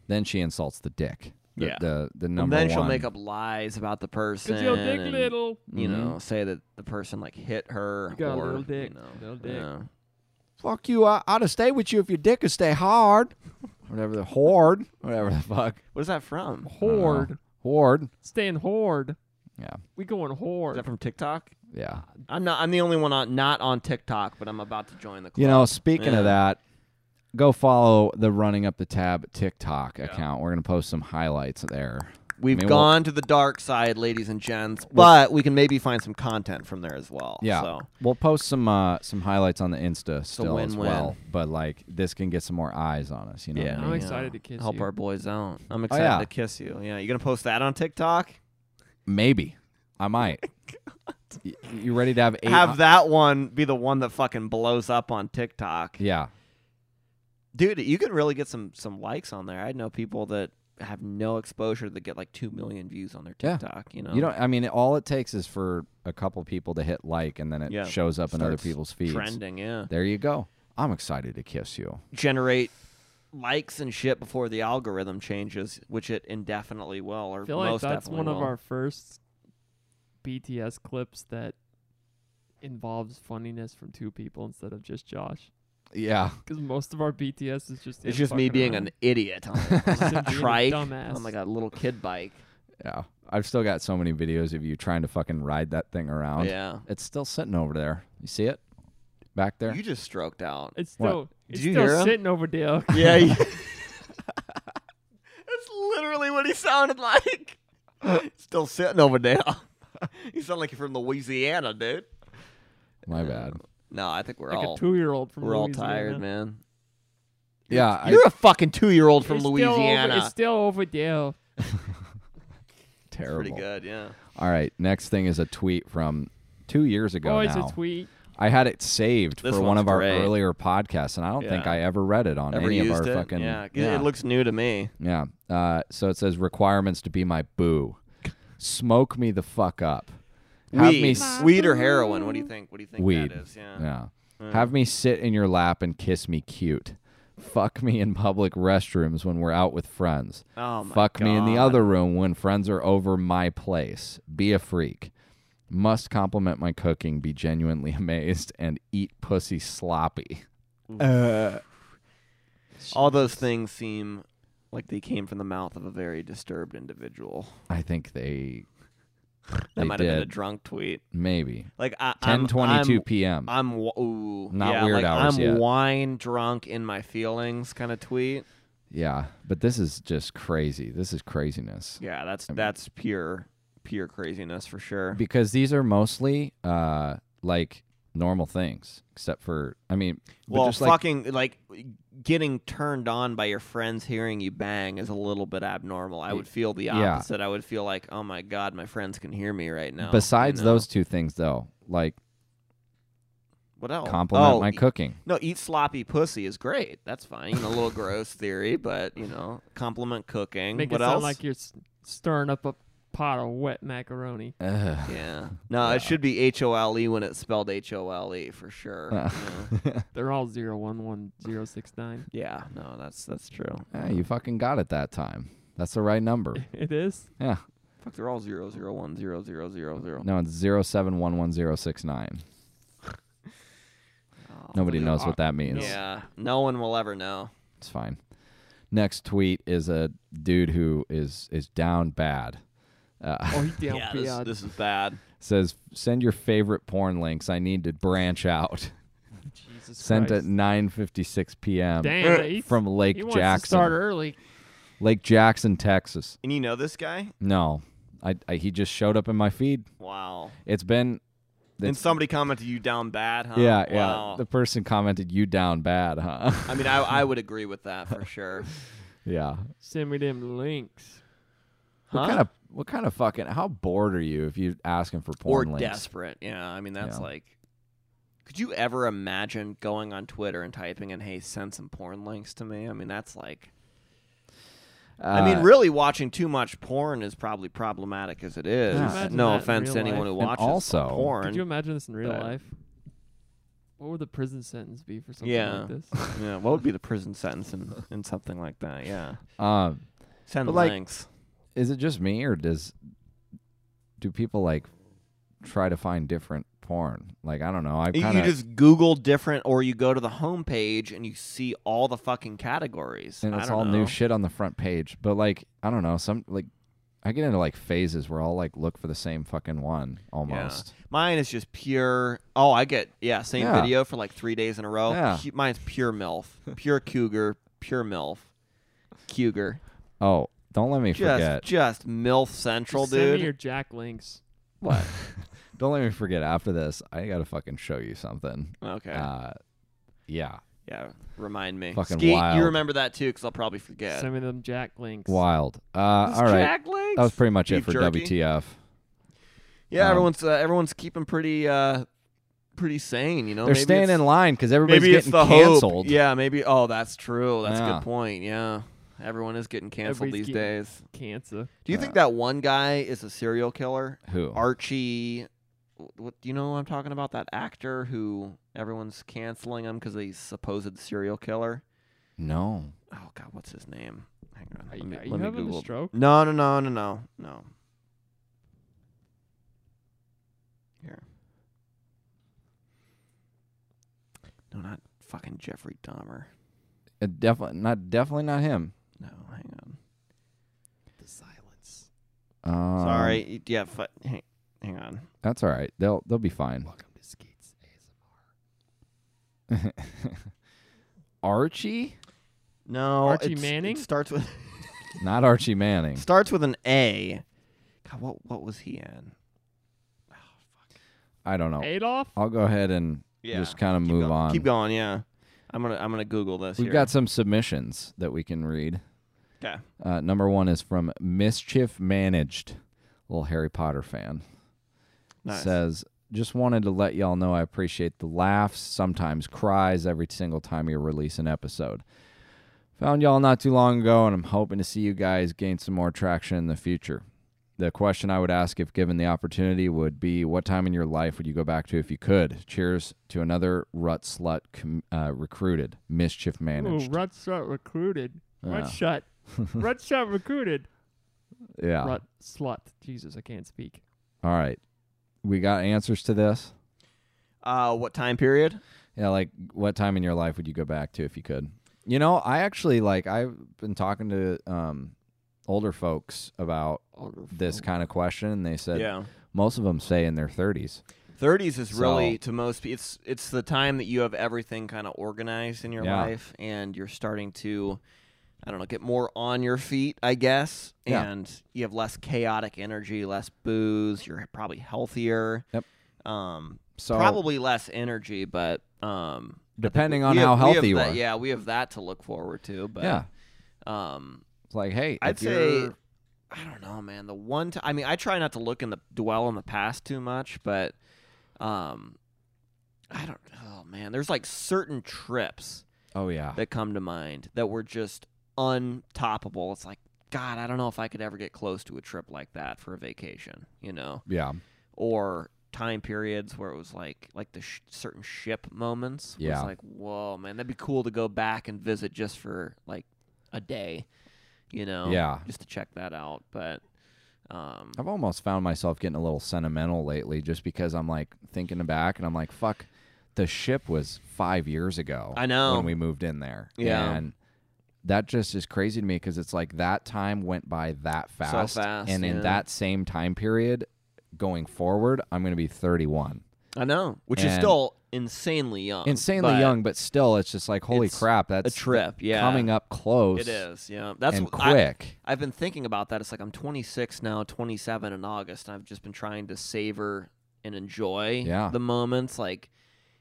Speaker 3: then she insults the dick. The,
Speaker 2: Yeah.
Speaker 3: The the
Speaker 2: And
Speaker 3: number
Speaker 2: then she'll
Speaker 3: one.
Speaker 2: make up lies about the person.
Speaker 1: Cause your dick
Speaker 2: and,
Speaker 1: little.
Speaker 2: You know, say that the person like hit her.
Speaker 1: You got a
Speaker 2: or,
Speaker 1: little dick,
Speaker 2: You know,
Speaker 1: little dick.
Speaker 2: yeah.
Speaker 3: Fuck you! I, I'd have stayed with you if your dick would stay hard. Whatever the horde. Whatever the fuck.
Speaker 2: What is that from?
Speaker 3: I don't know.
Speaker 1: Horde.
Speaker 3: Horde.
Speaker 1: Staying horde.
Speaker 3: Yeah.
Speaker 1: We going
Speaker 2: Is
Speaker 1: horde.
Speaker 2: that from TikTok?
Speaker 3: Yeah.
Speaker 2: I'm not. I'm the only one on, not on TikTok, but I'm about to join the club.
Speaker 3: You know, speaking
Speaker 2: Yeah.
Speaker 3: of that, go follow the Running Up the Tab TikTok account. We're going to post some highlights there.
Speaker 2: we've
Speaker 3: I mean, we'll-
Speaker 2: gone to the dark side, ladies and gents, but we can maybe find some content from there as well.
Speaker 3: Yeah.
Speaker 2: So
Speaker 3: We'll post some uh, some highlights on the Insta still as
Speaker 2: win-win.
Speaker 3: well. But like this can get some more eyes on us, you know. what I
Speaker 2: Yeah.
Speaker 1: I'm
Speaker 3: mean?
Speaker 1: excited to kiss
Speaker 2: help
Speaker 1: you.
Speaker 2: our boys out. I'm excited
Speaker 3: Oh, yeah.
Speaker 2: to kiss you. Yeah, you gonna post that on TikTok?
Speaker 3: Maybe. I might. Y- you ready to have eight
Speaker 2: Have that one be the one that fucking blows up on TikTok,
Speaker 3: Yeah.
Speaker 2: dude. You can really get some some likes on there. I know people that have no exposure that get like two million views on their
Speaker 3: Yeah.
Speaker 2: TikTok. You know,
Speaker 3: You don't. I mean, all it takes is for a couple people to hit like, and then it
Speaker 2: Yeah.
Speaker 3: shows up in other
Speaker 2: Starts
Speaker 3: people's feeds.
Speaker 2: trending. Yeah,
Speaker 3: There you go. I'm excited to kiss you.
Speaker 2: generate likes and shit before the algorithm changes, which it indefinitely will, or
Speaker 1: I feel like
Speaker 2: most
Speaker 1: that's
Speaker 2: definitely
Speaker 1: one of
Speaker 2: will.
Speaker 1: our first BTS clips that involves funniness from two people instead of just Josh.
Speaker 3: Yeah.
Speaker 1: Because most of our BTS is just him
Speaker 2: It's just me
Speaker 1: fucking
Speaker 2: being
Speaker 1: around.
Speaker 2: an idiot on a,
Speaker 1: Just him
Speaker 2: on a
Speaker 1: being a
Speaker 2: trike, Oh
Speaker 1: dumbass.
Speaker 2: on like a little kid bike.
Speaker 3: Yeah. I've still got so many videos of you trying to fucking ride that thing around.
Speaker 2: Yeah,
Speaker 3: It's still sitting over there. You see it? Back there?
Speaker 2: you just stroked out.
Speaker 1: It's
Speaker 3: What?
Speaker 1: still it's
Speaker 2: you
Speaker 1: still
Speaker 2: hear him?
Speaker 1: sitting over Dale.
Speaker 2: Yeah. you- That's literally what he sounded like. Still sitting over there. you sound like you're from Louisiana, dude.
Speaker 3: My bad.
Speaker 2: No, I think we're
Speaker 1: like
Speaker 2: all
Speaker 1: a two year old from
Speaker 2: we're all
Speaker 1: Louisiana.
Speaker 2: tired, man.
Speaker 3: Yeah. I-
Speaker 2: You're a fucking two year old from
Speaker 1: It's still over- it's
Speaker 2: Louisiana.
Speaker 1: still over Dale.
Speaker 3: terrible.
Speaker 2: Pretty good, yeah.
Speaker 3: All right. Next thing is a tweet from two years ago
Speaker 1: Always
Speaker 3: now.
Speaker 1: Oh, a tweet.
Speaker 3: I had it saved
Speaker 2: This
Speaker 3: for one
Speaker 2: one's
Speaker 3: of our
Speaker 2: great.
Speaker 3: earlier podcasts, and I don't think
Speaker 2: Yeah.
Speaker 3: I ever read it on
Speaker 2: Ever
Speaker 3: any of
Speaker 2: used
Speaker 3: our
Speaker 2: it?
Speaker 3: fucking.
Speaker 2: yeah, it- it looks new to me.
Speaker 3: Yeah. Uh, so it says requirements to be my boo. Smoke me the fuck up. Have me
Speaker 2: Weed,
Speaker 3: s-
Speaker 2: weed or heroin? What do you think? What do you think
Speaker 3: weed.
Speaker 2: that is? Yeah.
Speaker 3: Yeah. Have me sit in your lap and kiss me cute. Fuck me in public restrooms when we're out with friends.
Speaker 2: Oh my
Speaker 3: Fuck me in the
Speaker 2: God.
Speaker 3: other room when friends are over my place. Be a freak. Must compliment my cooking, be genuinely amazed, and eat pussy sloppy.
Speaker 2: Uh, All those things seem like they came from the mouth of a very disturbed individual.
Speaker 3: I think they.
Speaker 2: That
Speaker 3: they
Speaker 2: might
Speaker 3: did.
Speaker 2: have been a drunk tweet.
Speaker 3: Maybe.
Speaker 2: Like I, I'm-
Speaker 3: 10:22
Speaker 2: I'm-
Speaker 3: p.m.
Speaker 2: I'm w- ooh,
Speaker 3: Not
Speaker 2: yeah,
Speaker 3: weird
Speaker 2: like,
Speaker 3: hours
Speaker 2: I'm
Speaker 3: yet.
Speaker 2: wine drunk in my feelings kind of tweet.
Speaker 3: yeah, but this is just crazy. This is craziness.
Speaker 2: Yeah, that's that's pure pure craziness for sure.
Speaker 3: because these are mostly uh like normal things except for i mean but
Speaker 2: well,
Speaker 3: just like
Speaker 2: fucking like, getting turned on by your friends hearing you bang is a little bit abnormal. I would feel the
Speaker 3: Yeah.
Speaker 2: opposite. I would feel like, "Oh my god, my friends can hear me right now." you
Speaker 3: besides
Speaker 2: know?
Speaker 3: those two things though like
Speaker 2: what else?
Speaker 3: compliment
Speaker 2: oh,
Speaker 3: my
Speaker 2: e-
Speaker 3: cooking
Speaker 2: No, eat sloppy pussy is great. That's fine. You know, a little gross theory, but you know, compliment cooking.
Speaker 1: Make
Speaker 2: what
Speaker 1: it
Speaker 2: else?
Speaker 1: sound like you're s- stirring up a pot of wet macaroni.
Speaker 3: Ugh.
Speaker 2: Yeah. No, it should be H O L E when it's spelled H O L E for sure. Yeah.
Speaker 1: They're all zero one one zero six nine.
Speaker 2: yeah. No, that's that's true.
Speaker 3: Eh, you fucking got it that time that's the right number
Speaker 1: It is.
Speaker 3: yeah
Speaker 2: Fuck, they're all zero zero one zero zero zero zero.
Speaker 3: no it's 0711069 nobody knows what that means
Speaker 2: Oh, Yeah. No one will ever know.
Speaker 3: it's fine next tweet is a dude who is is down bad
Speaker 1: Oh, he down
Speaker 2: Yeah. This,
Speaker 1: bad.
Speaker 2: this is bad.
Speaker 3: says send your favorite porn links i need to branch out
Speaker 1: Jesus
Speaker 3: sent at
Speaker 1: Christ.
Speaker 3: 9:56 p.m.
Speaker 2: er,
Speaker 1: Damn, he-
Speaker 3: from Lake
Speaker 1: he wants to
Speaker 3: Jackson,
Speaker 1: start early.
Speaker 3: Lake Jackson, Texas.
Speaker 2: And you know this guy?
Speaker 3: No, I, I he just showed up in my feed.
Speaker 2: Wow.
Speaker 3: It's been
Speaker 2: And
Speaker 3: it's-
Speaker 2: somebody commented you down bad, huh?
Speaker 3: yeah
Speaker 2: Oh, wow.
Speaker 3: yeah. The person commented, "You down bad, huh?"
Speaker 2: I mean, I, I would agree with that for sure.
Speaker 3: yeah.
Speaker 1: Send me them links.
Speaker 3: What kind of what kind of fucking how bored are you if you asking for
Speaker 2: or
Speaker 3: porn links?
Speaker 2: desperate. Yeah, I mean that's
Speaker 3: Yeah.
Speaker 2: like. Could you ever imagine going on Twitter and typing in "Hey, send some porn links to me"? I mean, that's like. I
Speaker 3: Uh,
Speaker 2: mean, really, watching too much porn is probably problematic as it is.
Speaker 3: Yeah.
Speaker 1: Imagine
Speaker 2: No
Speaker 1: that in
Speaker 2: offense
Speaker 1: real
Speaker 2: to anyone
Speaker 1: life.
Speaker 2: who
Speaker 3: And
Speaker 2: watches
Speaker 3: also-
Speaker 2: porn.
Speaker 1: Could you imagine this in real
Speaker 3: Bad.
Speaker 1: life? What would the prison sentence be for something
Speaker 2: yeah.
Speaker 1: like this?
Speaker 2: yeah. What would be the prison sentence in, in something like that? Yeah.
Speaker 3: um,
Speaker 2: Send
Speaker 3: But, like,
Speaker 2: links.
Speaker 3: is it just me or does do people like try to find different porn? Like I don't know. I
Speaker 2: You-
Speaker 3: kind of
Speaker 2: you just Google different, or you go to the homepage and you see all the fucking categories.
Speaker 3: and
Speaker 2: I
Speaker 3: it's
Speaker 2: don't
Speaker 3: all
Speaker 2: know.
Speaker 3: new shit on the front page. But like, I don't know, some like I get into like phases where I'll like look for the same fucking one almost.
Speaker 2: Yeah. Mine is just pure. Oh, I get yeah, same
Speaker 3: Yeah.
Speaker 2: video for like three days in a row.
Speaker 3: Yeah.
Speaker 2: Pu- mine's pure milf, pure cougar, pure milf, cougar.
Speaker 3: Oh, don't let me
Speaker 2: Just
Speaker 3: forget.
Speaker 2: just milf central,
Speaker 1: Just Send
Speaker 2: dude.
Speaker 1: me your Jack links.
Speaker 2: what?
Speaker 3: Don't let me forget after this. I got to fucking show you something.
Speaker 2: Okay.
Speaker 3: Uh yeah,
Speaker 2: yeah. Remind me.
Speaker 3: fucking
Speaker 2: Skeet,
Speaker 3: wild.
Speaker 2: You remember that too, because I'll probably forget.
Speaker 1: Send me them Jack links.
Speaker 3: wild. Uh
Speaker 2: This
Speaker 3: all right.
Speaker 2: Jack links?
Speaker 3: That was pretty much it
Speaker 2: Beef
Speaker 3: for
Speaker 2: jerky?
Speaker 3: WTF.
Speaker 2: Yeah,
Speaker 3: um,
Speaker 2: everyone's uh, everyone's keeping pretty uh pretty sane. You know,
Speaker 3: They're
Speaker 2: Oh, Maybe
Speaker 3: staying
Speaker 2: it's-
Speaker 3: in line cuz everybody's
Speaker 2: Maybe it's
Speaker 3: getting
Speaker 2: the hope.
Speaker 3: canceled.
Speaker 2: Yeah, maybe. Oh, that's true. That's a
Speaker 3: Yeah.
Speaker 2: good point. Yeah. Everyone is getting canceled
Speaker 1: Everybody's
Speaker 2: these
Speaker 1: getting-
Speaker 2: days.
Speaker 1: Cancer.
Speaker 2: Do you think that one guy is a serial killer?
Speaker 3: Who?
Speaker 2: Archie. What do you know? What I'm talking about that actor who everyone's canceling him because he's supposed serial killer.
Speaker 3: no.
Speaker 2: Oh God, what's his name? Hang on,
Speaker 1: Are,
Speaker 2: let
Speaker 1: you-
Speaker 2: me,
Speaker 1: are you
Speaker 2: let me
Speaker 1: having
Speaker 2: Google.
Speaker 1: a stroke?
Speaker 2: No, no, no, no, no, no. Here. No, not fucking Jeffrey Dahmer.
Speaker 3: Uh, definitely not. Definitely not him.
Speaker 2: No, hang on.
Speaker 1: The silence.
Speaker 3: Um,
Speaker 2: Sorry. y- Yeah, fu- hang, hang on.
Speaker 3: That's all right. They'll they'll be fine.
Speaker 1: Welcome to Skeets ASMR.
Speaker 3: Archie?
Speaker 2: No,
Speaker 1: Archie
Speaker 2: it's-
Speaker 1: Manning?
Speaker 2: It starts with
Speaker 3: Not Archie Manning.
Speaker 2: starts with an A. God, what what was he in?
Speaker 3: I
Speaker 2: Oh.
Speaker 3: don't know.
Speaker 1: Adolf?
Speaker 3: I'll go ahead and
Speaker 2: Yeah,
Speaker 3: just kind of move
Speaker 2: Go-
Speaker 3: on.
Speaker 2: Keep going. Yeah, I'm gonna I'm gonna Google this.
Speaker 3: We've
Speaker 2: here.
Speaker 3: got some submissions that we can read.
Speaker 2: 'Kay.
Speaker 3: Uh, number one is from Mischief Managed, little Harry Potter fan.
Speaker 2: Nice.
Speaker 3: Says, just wanted to let y'all know I appreciate the laughs, sometimes cries, every single time you release an episode. Found y'all not too long ago, and I'm hoping to see you guys gain some more traction in the future. The question I would ask if given the opportunity would be what time in your life would you go back to if you could? Cheers to another rut slut com- uh, recruited, mischief
Speaker 1: Ooh,
Speaker 3: managed.
Speaker 1: Rut Shut recruited. Rut
Speaker 3: Yeah.
Speaker 1: Shut. Rut Shut recruited.
Speaker 3: yeah.
Speaker 1: Rut Slut. Jesus, I can't speak.
Speaker 3: All right. We got answers to this.
Speaker 2: uh, what time period?
Speaker 3: Yeah, like what time in your life would you go back to if you could? You know, I actually like I've been talking to um older folks about this kind of question and they said
Speaker 2: Oh. Yeah.
Speaker 3: most of them say in their 30s.
Speaker 2: 30s is really
Speaker 3: So-
Speaker 2: to most pe- it's it's the time that you have everything kind of organized in your
Speaker 3: Yeah.
Speaker 2: life and you're starting to I don't know, get more on your feet, I guess,
Speaker 3: Yeah.
Speaker 2: and you have less chaotic energy, less booze, you're probably healthier.
Speaker 3: Yep.
Speaker 2: Um
Speaker 3: So
Speaker 2: probably less energy, but um I think
Speaker 3: Depending
Speaker 2: we-
Speaker 3: on
Speaker 2: we
Speaker 3: how
Speaker 2: have- we have
Speaker 3: healthy you
Speaker 2: that-
Speaker 3: are.
Speaker 2: Yeah, we have that to look forward to, but
Speaker 3: yeah,
Speaker 2: um
Speaker 3: it's like hey,
Speaker 2: I'd
Speaker 3: if
Speaker 2: say
Speaker 3: you're-
Speaker 2: I don't know, man. The one time, I mean, I try not to look in the dwell on the past too much, but um, I don't. Oh man, there's like certain trips
Speaker 3: oh yeah.
Speaker 2: that come to mind that were just untoppable. It's like God, I don't know if I could ever get close to a trip like that for a vacation, you know,
Speaker 3: yeah.
Speaker 2: or time periods where it was like like the sh- certain ship moments. was
Speaker 3: Yeah.
Speaker 2: like whoa, man, that'd be cool to go back and visit just for like a day, you know
Speaker 3: Yeah.
Speaker 2: just to check that out. But um,
Speaker 3: I've almost found myself getting a little sentimental lately just because I'm like thinking back and I'm like, fuck, the ship was five years ago.
Speaker 2: I know.
Speaker 3: When we moved in there.
Speaker 2: Yeah.
Speaker 3: And that just is crazy to me because it's like that time went by that fast.
Speaker 2: fast,
Speaker 3: and
Speaker 2: yeah.
Speaker 3: in that same time period going forward, I'm going to be 31.
Speaker 2: I know, which is
Speaker 3: And-
Speaker 2: still insanely young.
Speaker 3: Insanely
Speaker 2: Uh, but
Speaker 3: young, but still, it's just like, holy
Speaker 2: It's
Speaker 3: crap, that's
Speaker 2: trip, yeah.
Speaker 3: Coming up close.
Speaker 2: It is, yeah. That's
Speaker 3: and
Speaker 2: wh- I-
Speaker 3: quick.
Speaker 2: I've been thinking about that. It's like I'm 26 now, 27 in August, and I've just been trying to savor and enjoy
Speaker 3: Yeah.
Speaker 2: the moments. Like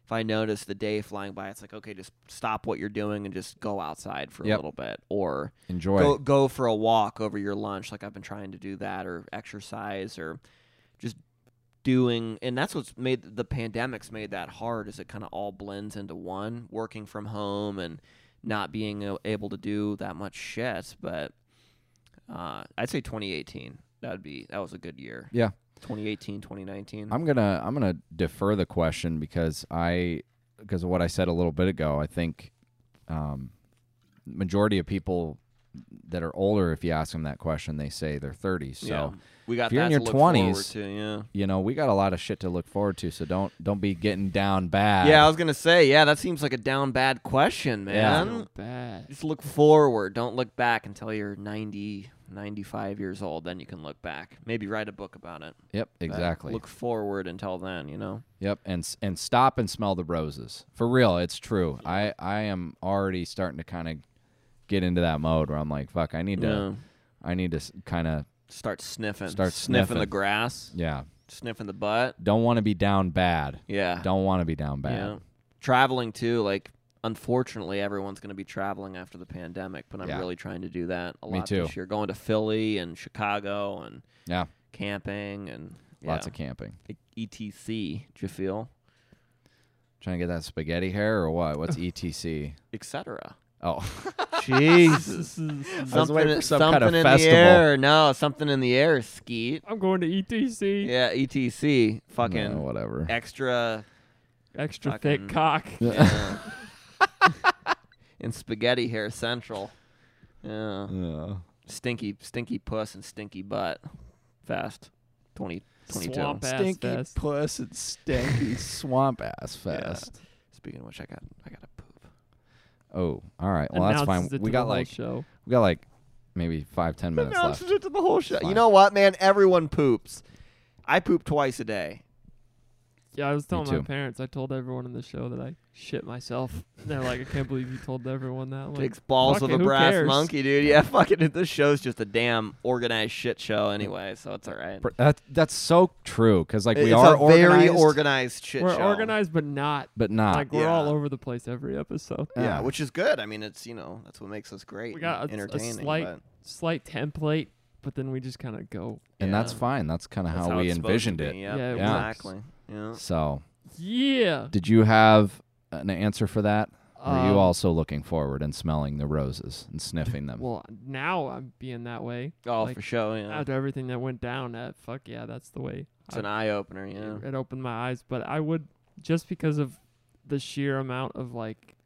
Speaker 2: if I notice the day flying by, it's like okay, just stop what you're doing and just go outside for a
Speaker 3: Yep.
Speaker 2: little bit, or
Speaker 3: Enjoy.
Speaker 2: go go for a walk over your lunch like i've been trying to do that or exercise or just doing and that's what's made the pandemic's made that hard is it kind of all blends into one working from home and not being a- able to do that much shit but uh, i'd say 2018 that would be that was a good year
Speaker 3: Yeah.
Speaker 2: 2018 2019
Speaker 3: I'm gonna I'm gonna defer the question because I because of what I said a little bit ago. I think um, majority of people that are older, if you ask them that question, they say they're 30. So
Speaker 2: Yeah. we got
Speaker 3: if you're
Speaker 2: that
Speaker 3: in
Speaker 2: to
Speaker 3: your
Speaker 2: look forward
Speaker 3: 20s,
Speaker 2: to, yeah
Speaker 3: you know we got a lot of shit to look forward to. So don't don't be getting down bad.
Speaker 2: yeah i was gonna say yeah that seems like a down bad question
Speaker 3: Yeah.
Speaker 2: man
Speaker 1: Bad.
Speaker 2: just look forward don't look back until you're 90 95 years old then you can look back maybe write a book about it
Speaker 3: Yep.
Speaker 2: But
Speaker 3: Exactly.
Speaker 2: look forward until then you know
Speaker 3: Yep. And s- and stop and smell the roses for real. It's true. I I am already starting to kind of get into that mode where I'm like, fuck, I need to
Speaker 2: Yeah.
Speaker 3: I need to kind of
Speaker 2: start sniffing
Speaker 3: Start
Speaker 2: sniffing, the
Speaker 3: sniffing.
Speaker 2: grass
Speaker 3: yeah.
Speaker 2: sniffing the butt
Speaker 3: Don't want to be down bad.
Speaker 2: yeah
Speaker 3: Don't want to be down bad.
Speaker 2: yeah traveling too like unfortunately everyone's going to be traveling after the pandemic but i'm
Speaker 3: Yeah.
Speaker 2: really trying to do that a
Speaker 3: Me
Speaker 2: lot
Speaker 3: too.
Speaker 2: this year going to philly and chicago and
Speaker 3: Yeah,
Speaker 2: camping and
Speaker 3: lots
Speaker 2: yeah. E
Speaker 3: of camping.
Speaker 2: etc do you feel
Speaker 3: Trying to get that spaghetti hair or what? What's ETC?
Speaker 2: etc
Speaker 3: E Oh,
Speaker 2: Jesus.
Speaker 3: I was waiting
Speaker 2: something
Speaker 3: for some
Speaker 2: something
Speaker 3: kind of
Speaker 2: in
Speaker 3: festival.
Speaker 2: the air. No, something in the air, Skeet.
Speaker 1: I'm going to E ETC.
Speaker 2: Yeah, ETC. Fucking
Speaker 3: no, whatever.
Speaker 2: extra
Speaker 1: Extra
Speaker 2: Fucking-
Speaker 1: thick cock.
Speaker 2: in spaghetti hair central. Yeah.
Speaker 3: Yeah.
Speaker 2: Stinky, stinky puss and stinky butt. Fast. 20, 22.
Speaker 1: Swamp ass
Speaker 3: Stinky
Speaker 1: fest.
Speaker 3: puss and stanky swamp ass fest.
Speaker 2: Speaking of which, I got I got to poop.
Speaker 3: Oh, all right. Well, that's fine.
Speaker 1: Announces it to
Speaker 3: We
Speaker 1: the
Speaker 3: got
Speaker 1: whole
Speaker 3: like
Speaker 1: show.
Speaker 3: we got like maybe five ten minutes left.
Speaker 2: Announces it to the whole show. You
Speaker 3: Fine.
Speaker 2: know what, man? Everyone poops. I poop twice a day.
Speaker 1: Yeah, I was telling
Speaker 3: too.
Speaker 1: my parents. I told everyone in the show that I shit myself. And they're like, I can't believe you told everyone that. I'm Like,
Speaker 2: Takes balls
Speaker 1: fuck
Speaker 2: of
Speaker 1: it,
Speaker 2: a
Speaker 1: who
Speaker 2: brass
Speaker 1: cares?
Speaker 2: monkey, dude. Yeah, fucking. This show's just a damn organized shit show anyway, so it's all right.
Speaker 3: Pr- That that's so true because like we
Speaker 2: it's
Speaker 3: are
Speaker 2: a very
Speaker 3: organized,
Speaker 2: organized shit
Speaker 1: we're
Speaker 2: show.
Speaker 1: organized, but not.
Speaker 3: but not.
Speaker 1: like we're all
Speaker 2: yeah.
Speaker 1: over the place every episode.
Speaker 2: Yeah,
Speaker 3: Ah.
Speaker 2: which is good. I mean, it's you know that's what makes us great.
Speaker 1: We got
Speaker 2: and
Speaker 1: a, a
Speaker 2: entertaining.
Speaker 1: slight,
Speaker 2: but-
Speaker 1: slight template, but then we just kind of go.
Speaker 3: and that's
Speaker 2: yeah.
Speaker 3: fine. That's kind of
Speaker 2: That's
Speaker 3: how, we
Speaker 2: it's supposed to
Speaker 3: envisioned
Speaker 2: be.
Speaker 3: it.
Speaker 2: Yep,
Speaker 1: Yeah, it
Speaker 3: works.
Speaker 2: exactly. Yeah.
Speaker 3: So,
Speaker 1: Yeah.
Speaker 3: did you have an answer for that? Or Were
Speaker 1: Um,
Speaker 3: you also looking forward and smelling the roses and sniffing them?
Speaker 1: Well, now I'm being that way.
Speaker 2: Oh,
Speaker 1: Like,
Speaker 2: for sure. Yeah,
Speaker 1: After everything that went down, that fuck yeah, that's the way.
Speaker 2: it's
Speaker 1: I-
Speaker 2: an eye opener. Yeah.
Speaker 1: it, it opened my eyes. But I would just because of the sheer amount of like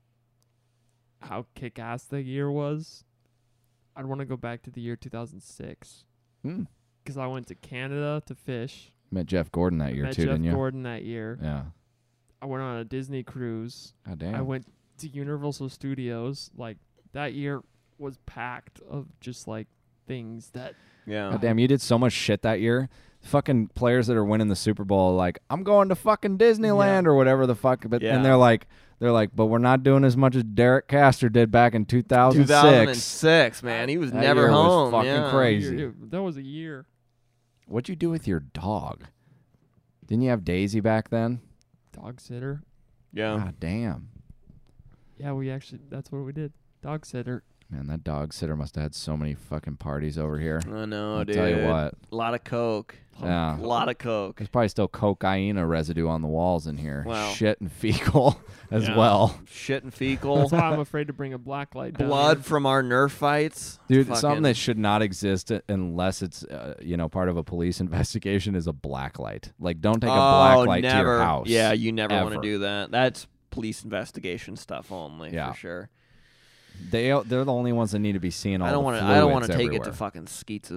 Speaker 1: how kick ass the year was, I'd want to go back to the year 2006
Speaker 3: Hmm.
Speaker 1: because I went to Canada to fish.
Speaker 3: Met Jeff Gordon that year
Speaker 1: met
Speaker 3: too,
Speaker 1: Jeff
Speaker 3: didn't you?
Speaker 1: Gordon that year.
Speaker 3: Yeah.
Speaker 1: I went on a Disney cruise.
Speaker 3: God damn.
Speaker 1: I went to Universal Studios. Like that year was packed of just like things that
Speaker 2: Yeah.
Speaker 3: God damn, you did so much shit that year. Fucking players that are winning the Super Bowl, are like I'm going to fucking Disneyland or whatever the fuck, but
Speaker 2: Yeah.
Speaker 3: and they're like, they're like, but we're not doing as much as Derek Castor did back in 2006.
Speaker 2: 2006, man. He was
Speaker 3: That
Speaker 2: never
Speaker 3: year was
Speaker 2: home.
Speaker 3: fucking
Speaker 2: yeah.
Speaker 3: crazy.
Speaker 1: year- it- that was a year.
Speaker 3: What'd you do with your dog? Didn't you have Daisy back then?
Speaker 1: Dog sitter.
Speaker 2: Yeah.
Speaker 3: God damn,
Speaker 1: Yeah, we actually that's what we did. Dog sitter.
Speaker 3: man, that dog sitter must have had so many fucking parties over here.
Speaker 2: I
Speaker 1: Oh,
Speaker 2: know,
Speaker 3: I'll
Speaker 2: dude.
Speaker 3: tell you what.
Speaker 2: A lot of coke.
Speaker 3: Yeah.
Speaker 2: A lot of coke.
Speaker 3: There's probably still cocaina residue on the walls in here.
Speaker 2: Wow.
Speaker 3: Shit and fecal as
Speaker 2: Yeah.
Speaker 3: well.
Speaker 2: Shit and
Speaker 1: That's
Speaker 2: fecal.
Speaker 1: why I'm afraid to bring a black light. Down
Speaker 2: Blood
Speaker 1: here.
Speaker 2: from our Nerf fights.
Speaker 3: Dude,
Speaker 2: Fucking-
Speaker 3: something that should not exist i- unless it's uh, you know part of a police investigation is a blacklight. Like, don't take a
Speaker 2: oh,
Speaker 3: blacklight
Speaker 2: never.
Speaker 3: to your house.
Speaker 2: Yeah, you never want to
Speaker 3: Ever.
Speaker 2: do that. That's police investigation stuff only
Speaker 3: Yeah.
Speaker 2: for sure.
Speaker 3: they o- they're the only ones that need to be seeing all.
Speaker 2: I don't
Speaker 3: want to.
Speaker 2: I don't want to take it to fucking Skeets'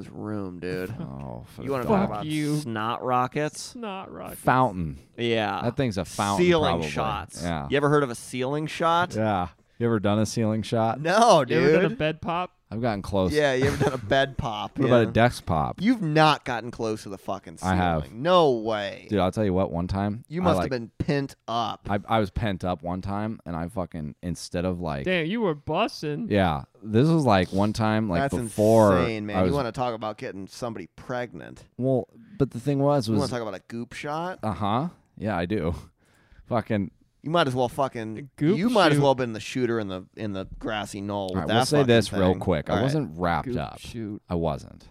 Speaker 2: room, dude.
Speaker 3: Oh, for
Speaker 2: you want to
Speaker 1: fuck
Speaker 2: talk about
Speaker 1: you.
Speaker 2: snot rockets?
Speaker 1: It's not right.
Speaker 3: fountain?
Speaker 2: Yeah,
Speaker 3: That thing's a fountain.
Speaker 2: uh, Ceiling
Speaker 3: probably.
Speaker 2: shots.
Speaker 3: Yeah.
Speaker 2: You ever heard of a ceiling shot?
Speaker 3: Yeah. You ever done a ceiling shot?
Speaker 2: No,
Speaker 1: You ever done a
Speaker 2: dude.
Speaker 1: bed pop?
Speaker 3: I've gotten close.
Speaker 2: Yeah, you ever done a bed pop?
Speaker 3: What
Speaker 2: yeah.
Speaker 3: about a desk pop?
Speaker 2: You've not gotten close to the fucking
Speaker 3: I
Speaker 2: ceiling.
Speaker 3: have.
Speaker 2: No way.
Speaker 3: Dude, I'll tell you what. One time,
Speaker 2: you
Speaker 3: I,
Speaker 2: must
Speaker 3: like-
Speaker 2: have been pent up.
Speaker 3: I, I was pent up one time, and I fucking instead of like.
Speaker 1: Damn, you were bussing.
Speaker 3: Yeah, this was like one time, like
Speaker 2: That's
Speaker 3: before
Speaker 2: insane, man.
Speaker 3: I was
Speaker 2: you want to talk about getting somebody pregnant?
Speaker 3: Well, but the thing was,
Speaker 2: You want
Speaker 3: was
Speaker 2: to talk about a goop shot?
Speaker 3: uh huh. Yeah, I do. Fucking.
Speaker 2: You might as well fucking.
Speaker 1: goop
Speaker 2: you might as
Speaker 1: shoot.
Speaker 2: well have been the shooter in the in the grassy
Speaker 3: All
Speaker 2: knoll. With
Speaker 3: right,
Speaker 2: that
Speaker 3: we'll say
Speaker 2: fucking
Speaker 3: this real
Speaker 2: thing.
Speaker 3: quick.
Speaker 2: All
Speaker 3: I
Speaker 2: right.
Speaker 3: wasn't wrapped
Speaker 1: Goop
Speaker 3: up.
Speaker 1: shoot.
Speaker 3: I wasn't.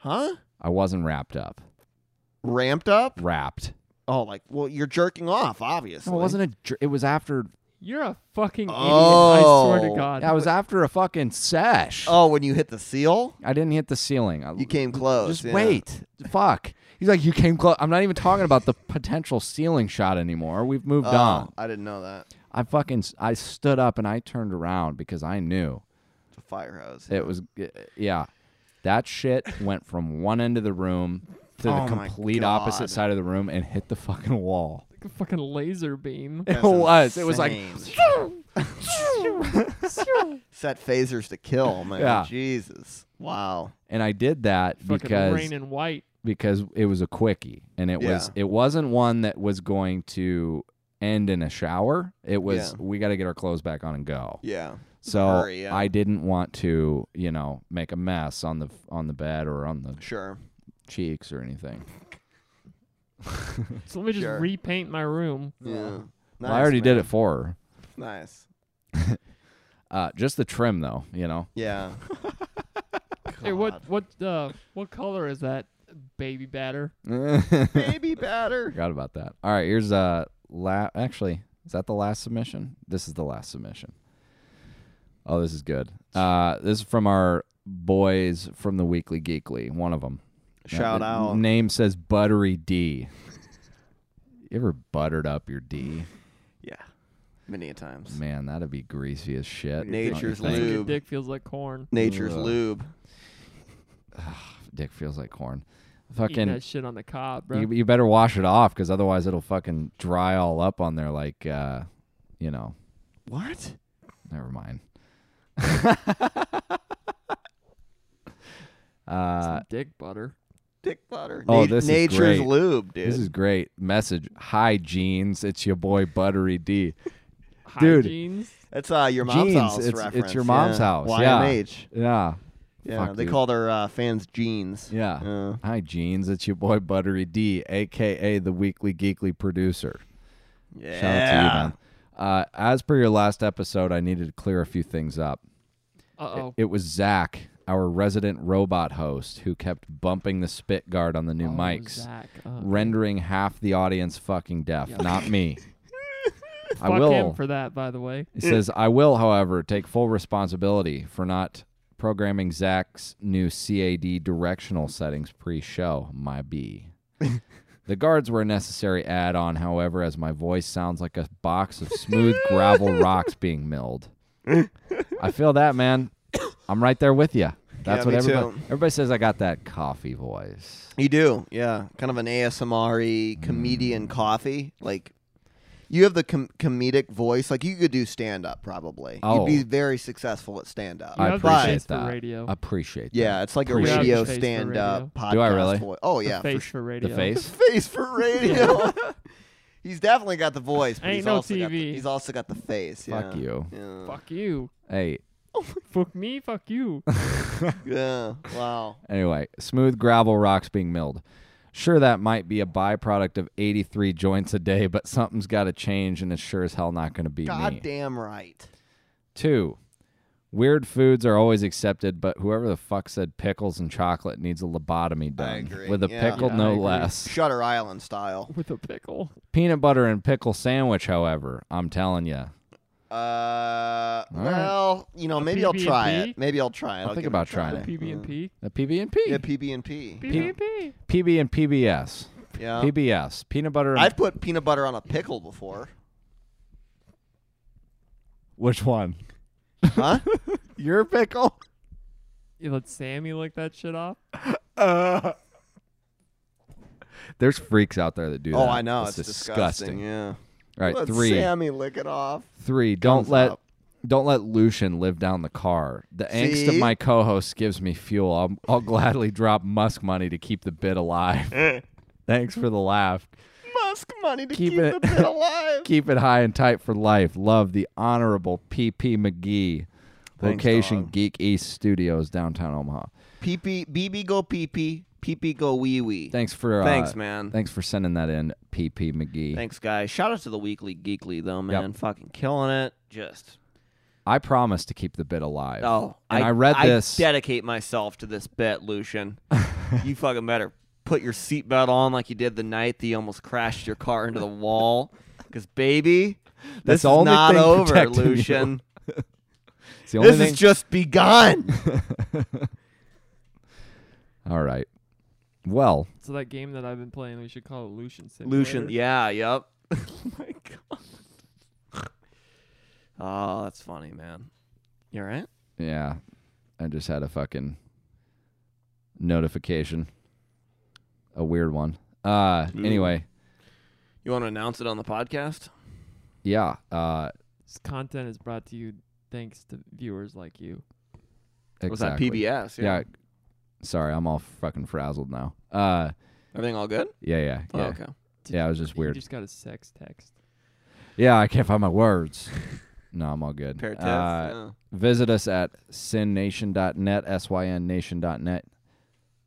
Speaker 2: huh?
Speaker 3: I wasn't wrapped up.
Speaker 2: Ramped up?
Speaker 3: Wrapped.
Speaker 2: Oh, like well, you're jerking off, obviously.
Speaker 3: No, it wasn't a. Dr- it was after.
Speaker 1: You're a fucking idiot. I swear
Speaker 2: Oh.
Speaker 1: to God.
Speaker 3: I was after a fucking sesh.
Speaker 2: Oh, when you hit the seal,
Speaker 3: I didn't hit the ceiling. I,
Speaker 2: you came close.
Speaker 3: Just
Speaker 2: yeah.
Speaker 3: wait. Fuck. He's like, you came close. I'm not even talking about the potential ceiling shot anymore. We've moved
Speaker 2: Oh,
Speaker 3: on.
Speaker 2: I didn't know that.
Speaker 3: I fucking. s- I stood up and I turned around because I knew
Speaker 2: It's a fire hose.
Speaker 3: It was, yeah. That shit went from one end of the room to
Speaker 2: Oh
Speaker 3: the
Speaker 2: my
Speaker 3: complete
Speaker 2: God.
Speaker 3: opposite side of the room and hit the fucking wall.
Speaker 1: like a fucking laser beam.
Speaker 3: It was. It was like,
Speaker 2: set phasers to kill, man.
Speaker 3: Yeah.
Speaker 2: Jesus. Wow.
Speaker 3: and I did that
Speaker 1: fucking
Speaker 3: because
Speaker 1: rain and white.
Speaker 3: because it was a quickie, and it was
Speaker 2: Yeah.
Speaker 3: it wasn't one that was going to end in a shower. It was
Speaker 2: Yeah.
Speaker 3: we got to get our clothes back on and go.
Speaker 2: Yeah.
Speaker 3: So
Speaker 2: Hurry, yeah.
Speaker 3: I didn't want to, you know, make a mess on the on the bed or on the
Speaker 2: Sure.
Speaker 3: cheeks or anything.
Speaker 1: So let me just
Speaker 2: Sure.
Speaker 1: repaint my room.
Speaker 2: Yeah.
Speaker 3: Well, I already did it for her.
Speaker 2: Nice.
Speaker 3: Uh, just the trim, though, you know.
Speaker 2: Yeah.
Speaker 1: Hey, what what uh what color is that baby batter?
Speaker 3: Forgot
Speaker 2: Baby batter.
Speaker 3: about that. All right, here's uh, la- actually, is that the last submission? This is the last submission. Oh, this is good. Uh, this is from our boys from the Weekly Geekly. One of them.
Speaker 4: Shout out.
Speaker 3: Name says Buttery D. you ever buttered up your D?
Speaker 2: Yeah, many a times.
Speaker 3: Man, that'd be greasy as shit. don't you
Speaker 4: Nature's
Speaker 3: think?
Speaker 1: Your
Speaker 4: lube.
Speaker 1: dick feels like corn.
Speaker 4: Nature's
Speaker 3: Ugh.
Speaker 4: lube.
Speaker 3: Dick feels like corn.
Speaker 1: Eating
Speaker 3: Fucking.
Speaker 1: that shit on the cob, bro.
Speaker 3: You, you better wash it off because otherwise it'll fucking dry all up on there like, uh, you know,
Speaker 4: What?
Speaker 3: never mind.
Speaker 1: Some
Speaker 3: uh,
Speaker 1: dick butter.
Speaker 4: Dick butter.
Speaker 3: Oh, this is
Speaker 4: Nature's
Speaker 3: great.
Speaker 4: lube, dude.
Speaker 3: This is great. Message. Hi, jeans. It's your boy Buttery D. Dude.
Speaker 1: Hygienes.
Speaker 4: It's uh your mom's
Speaker 3: Jeans,
Speaker 4: house
Speaker 3: it's- it's
Speaker 4: reference.
Speaker 3: your mom's
Speaker 4: yeah.
Speaker 3: house, yeah.
Speaker 4: YMH.
Speaker 3: Yeah.
Speaker 4: Yeah,
Speaker 3: Fuck,
Speaker 4: they
Speaker 3: dude.
Speaker 4: call their uh, fans jeans.
Speaker 3: Yeah.
Speaker 4: Yeah.
Speaker 3: Hi, jeans. It's your boy Buttery D, aka the Weekly Geekly producer.
Speaker 4: yeah.
Speaker 3: Shout out to you, man. Uh, as per your last episode, I needed to clear a few things up.
Speaker 1: Uh
Speaker 3: It-
Speaker 1: oh.
Speaker 3: It was Zach, our resident robot host, who kept bumping the spit guard on the new mics,
Speaker 1: Oh, Zach. Uh,
Speaker 3: rendering half the audience fucking deaf. Not me. I
Speaker 1: fuck
Speaker 3: will.
Speaker 1: him for that, by the way.
Speaker 3: He says, I will, however, take full responsibility for not programming Zach's new CAD directional settings pre show, my B. the guards were a necessary add on, however, as my voice sounds like a box of smooth gravel rocks being milled. I feel that, man. I'm right there with you.
Speaker 4: Yeah,
Speaker 3: That's what
Speaker 4: me
Speaker 3: everybody
Speaker 4: too.
Speaker 3: everybody says. I got that coffee voice.
Speaker 4: You do, yeah. Kind of an ASMR
Speaker 3: Mm.
Speaker 4: comedian coffee. Like, you have the com- comedic voice. Like, you could do stand up probably. You'd
Speaker 3: Oh.
Speaker 4: be very successful at stand up.
Speaker 1: You
Speaker 3: I
Speaker 1: have the
Speaker 3: appreciate
Speaker 1: face for
Speaker 3: that.
Speaker 1: radio.
Speaker 3: Appreciate
Speaker 4: Yeah, it's like a
Speaker 3: Appreciate
Speaker 4: radio
Speaker 1: it. Face for
Speaker 4: stand up podcast.
Speaker 3: Do I really?
Speaker 4: Voice. Oh
Speaker 1: The
Speaker 4: yeah, for
Speaker 1: face
Speaker 4: sure.
Speaker 1: for
Speaker 3: that.
Speaker 1: radio.
Speaker 3: the face.
Speaker 4: face for radio. he's definitely got the voice, but
Speaker 1: Ain't
Speaker 4: he's
Speaker 1: no
Speaker 4: also got the,
Speaker 1: TV.
Speaker 4: he's also got the face. Yeah.
Speaker 3: Fuck you.
Speaker 4: Yeah.
Speaker 1: Fuck you.
Speaker 3: Hey,
Speaker 1: Fuck me. Fuck you.
Speaker 4: yeah. Wow.
Speaker 3: Anyway, smooth gravel rocks being milled. Sure, that might be a byproduct of 83 joints a day, but something's got to change, and it's sure as hell not going to be me.
Speaker 4: Goddamn right.
Speaker 3: Two, weird foods are always accepted, but whoever the fuck said pickles and chocolate needs a lobotomy done.
Speaker 4: agree,
Speaker 3: With a
Speaker 4: yeah.
Speaker 3: pickle,
Speaker 1: Yeah, I
Speaker 3: no
Speaker 1: agree.
Speaker 3: less.
Speaker 4: Shutter Island style.
Speaker 1: With a pickle.
Speaker 3: Peanut butter and pickle sandwich, however, I'm telling you.
Speaker 4: Uh,
Speaker 3: right.
Speaker 4: well, you know, maybe I'll try
Speaker 1: PB&P?
Speaker 4: it. Maybe I'll try it. I'll
Speaker 3: think
Speaker 4: give it a
Speaker 3: about
Speaker 4: try.
Speaker 3: trying it.
Speaker 1: PB and P.
Speaker 3: A PB and P,
Speaker 4: Yeah, PB and P.
Speaker 1: PB and P.
Speaker 3: PB and PBS,
Speaker 4: Yeah,
Speaker 3: PBS, peanut butter. And
Speaker 4: Uh, I've put peanut butter on a pickle before.
Speaker 3: Which one?
Speaker 4: Huh?
Speaker 3: Your pickle.
Speaker 1: You let Sammy lick that shit off.
Speaker 3: There's freaks out there that do
Speaker 4: oh,
Speaker 3: that.
Speaker 4: I know.
Speaker 3: It's,
Speaker 4: disgusting. Yeah.
Speaker 3: All right,
Speaker 4: Let
Speaker 3: three.
Speaker 4: Sammy lick it off.
Speaker 3: Three. Don't
Speaker 4: comes
Speaker 3: let
Speaker 4: up.
Speaker 3: don't let Lucian live down the car. The angst of
Speaker 4: See?
Speaker 3: my co-host gives me fuel. I'll, I'll gladly drop Musk money to keep the bit
Speaker 2: Eh.
Speaker 3: alive. Thanks for the laugh.
Speaker 4: Musk money to
Speaker 3: Keep
Speaker 4: keep,
Speaker 3: it-
Speaker 4: the bit alive.
Speaker 3: Keep it high and tight for life. Love the honorable PP McGee.
Speaker 4: Thanks,
Speaker 3: Location
Speaker 4: dog.
Speaker 3: Geek East Studios, downtown Omaha.
Speaker 4: Pee pee, BB go pee pee, pee pee go wee wee.
Speaker 3: Thanks for uh,
Speaker 2: Thanks, man.
Speaker 3: Thanks for sending that in, PP McGee.
Speaker 2: Thanks, guys. Shout out to the Weekly Geekly though, man. Fucking killing it. Just
Speaker 3: I promise to keep the bit alive.
Speaker 2: oh,
Speaker 3: and I, read this.
Speaker 2: dedicate myself to this bet, Lucian. you fucking better put your seatbelt on like you did the night that you almost crashed your car into the wall. Because baby,
Speaker 3: That's
Speaker 2: this
Speaker 3: the
Speaker 2: is
Speaker 3: only
Speaker 2: not
Speaker 3: thing
Speaker 2: over,
Speaker 3: protecting you.
Speaker 2: Lucian.
Speaker 3: It's the only
Speaker 4: This
Speaker 3: thing-
Speaker 4: has just begun.
Speaker 3: All right. Well,
Speaker 1: So that game that I've been playing, we should call it Lucian Simulator.
Speaker 2: Lucian, yeah, yep. oh my god. Oh, that's funny, man. You all right?
Speaker 3: yeah. I just had a fucking notification. A weird one. Uh anyway,
Speaker 2: You want to announce it on the podcast?
Speaker 3: yeah. Uh
Speaker 1: This content is brought to you thanks to viewers like you.
Speaker 3: exactly.
Speaker 2: Was that PBS?
Speaker 3: Yeah. Sorry, I'm all fucking frazzled now. Uh
Speaker 2: Everything all good?
Speaker 3: yeah, yeah.
Speaker 2: Oh,
Speaker 3: Yeah,
Speaker 2: okay.
Speaker 3: yeah it was just
Speaker 1: You
Speaker 3: weird.
Speaker 1: just got a sex text.
Speaker 3: Yeah, I can't find my words. No, I'm all good.
Speaker 2: Pair of tits,
Speaker 3: Uh,
Speaker 2: yeah.
Speaker 3: visit us at sinnation.net, synnation.net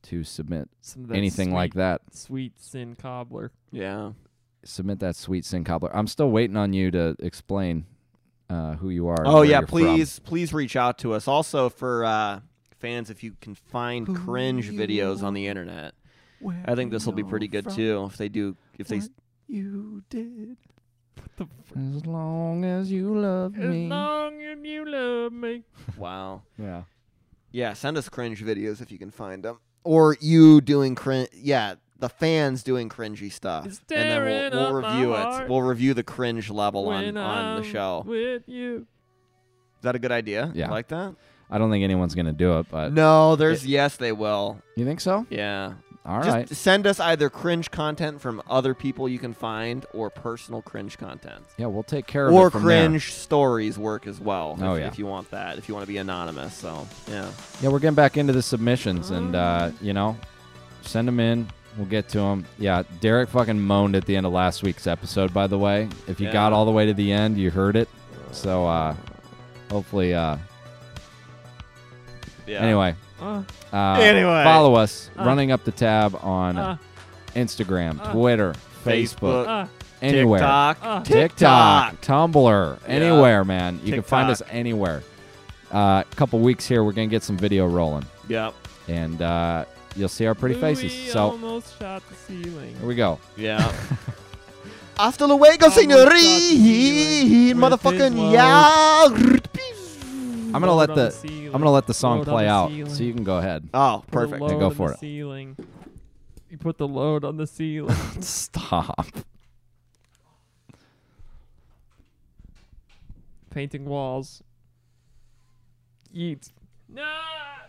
Speaker 3: to submit
Speaker 1: Some of that
Speaker 3: anything like
Speaker 1: sweet-
Speaker 3: that.
Speaker 1: Sweet sin cobbler.
Speaker 2: Yeah.
Speaker 3: submit that sweet sin cobbler. I'm still waiting on you to explain uh, who you are. and
Speaker 2: Oh
Speaker 3: where
Speaker 2: yeah,
Speaker 3: you're from.
Speaker 2: please please reach out to us. Also for uh, fans, if you can find cringe videos on the internet, I think this will be pretty good too. If they do, if they you did
Speaker 3: As long as you love
Speaker 1: As long as you love me.
Speaker 2: Wow.
Speaker 3: Yeah.
Speaker 2: Yeah, send us cringe videos if you can find them, or you doing cringe. Yeah, the fans doing cringy stuff,
Speaker 1: It's
Speaker 2: and then
Speaker 1: tearing
Speaker 2: we'll, we'll
Speaker 1: up my
Speaker 2: review it.
Speaker 1: heart
Speaker 2: We'll review the cringe level on
Speaker 1: when
Speaker 2: on the
Speaker 1: I'm
Speaker 2: show. Is
Speaker 1: With you.
Speaker 2: that a good idea? You
Speaker 3: Yeah.
Speaker 2: like that?
Speaker 3: I don't think anyone's gonna do it, but
Speaker 2: No, there's yes, they will.
Speaker 3: you think so?
Speaker 2: Yeah.
Speaker 3: All right.
Speaker 2: Just send us either cringe content from other people you can find, or personal cringe content,
Speaker 3: Yeah, we'll take care of
Speaker 2: or
Speaker 3: it from there.
Speaker 2: cringe stories work as well.
Speaker 3: Oh,
Speaker 2: if,
Speaker 3: yeah.
Speaker 2: if you want that, if you want to be anonymous. So yeah.
Speaker 3: Yeah, we're getting back into the submissions, and uh, you know, send them in. We'll get to them. Yeah, Derek fucking moaned at the end of last week's episode. By the way, if you got
Speaker 9: Yeah.
Speaker 3: all the way to the end, you heard it. So uh, hopefully, uh,
Speaker 9: Yeah.
Speaker 3: anyway,
Speaker 1: Uh,
Speaker 3: uh,
Speaker 9: Anyway.
Speaker 3: follow us.
Speaker 1: Uh.
Speaker 3: running up the tab on
Speaker 1: uh,
Speaker 3: Instagram,
Speaker 1: Uh.
Speaker 3: Twitter,
Speaker 9: Facebook.
Speaker 3: Facebook,
Speaker 1: uh,
Speaker 3: anywhere.
Speaker 9: TikTok.
Speaker 1: uh.
Speaker 3: TikTok, Tumblr, anywhere, man. You can find us
Speaker 9: TikTok.
Speaker 3: anywhere. A uh, couple weeks here, we're gonna get some video rolling,
Speaker 9: Yep.
Speaker 3: and uh, you'll see our pretty faces.
Speaker 1: Louis um,
Speaker 3: So
Speaker 1: almost shot the ceiling.
Speaker 3: here we go.
Speaker 9: Yeah.
Speaker 2: Hasta luego,
Speaker 1: Almost got the
Speaker 2: señorita,
Speaker 1: ceiling with his
Speaker 2: motherfucking
Speaker 1: load.
Speaker 2: yeah.
Speaker 3: I'm gonna let
Speaker 1: Load on
Speaker 3: the,
Speaker 1: ceiling.
Speaker 3: I'm gonna let the song
Speaker 1: Load on
Speaker 3: play
Speaker 1: the
Speaker 3: out,
Speaker 1: ceiling.
Speaker 3: so you can go ahead.
Speaker 2: Oh,
Speaker 1: Put a
Speaker 2: perfect.
Speaker 1: load
Speaker 3: go
Speaker 1: on
Speaker 3: for
Speaker 1: the
Speaker 3: it.
Speaker 1: Ceiling. You put the load on the ceiling.
Speaker 3: Stop.
Speaker 1: Painting walls. Yeet. No. Ah!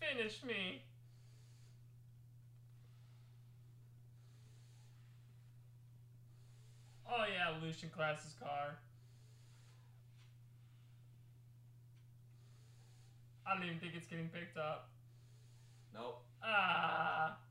Speaker 1: Finish me. Oh yeah, Lucian Class's car. I don't even think it's getting picked up. Nope. Ah. Oh,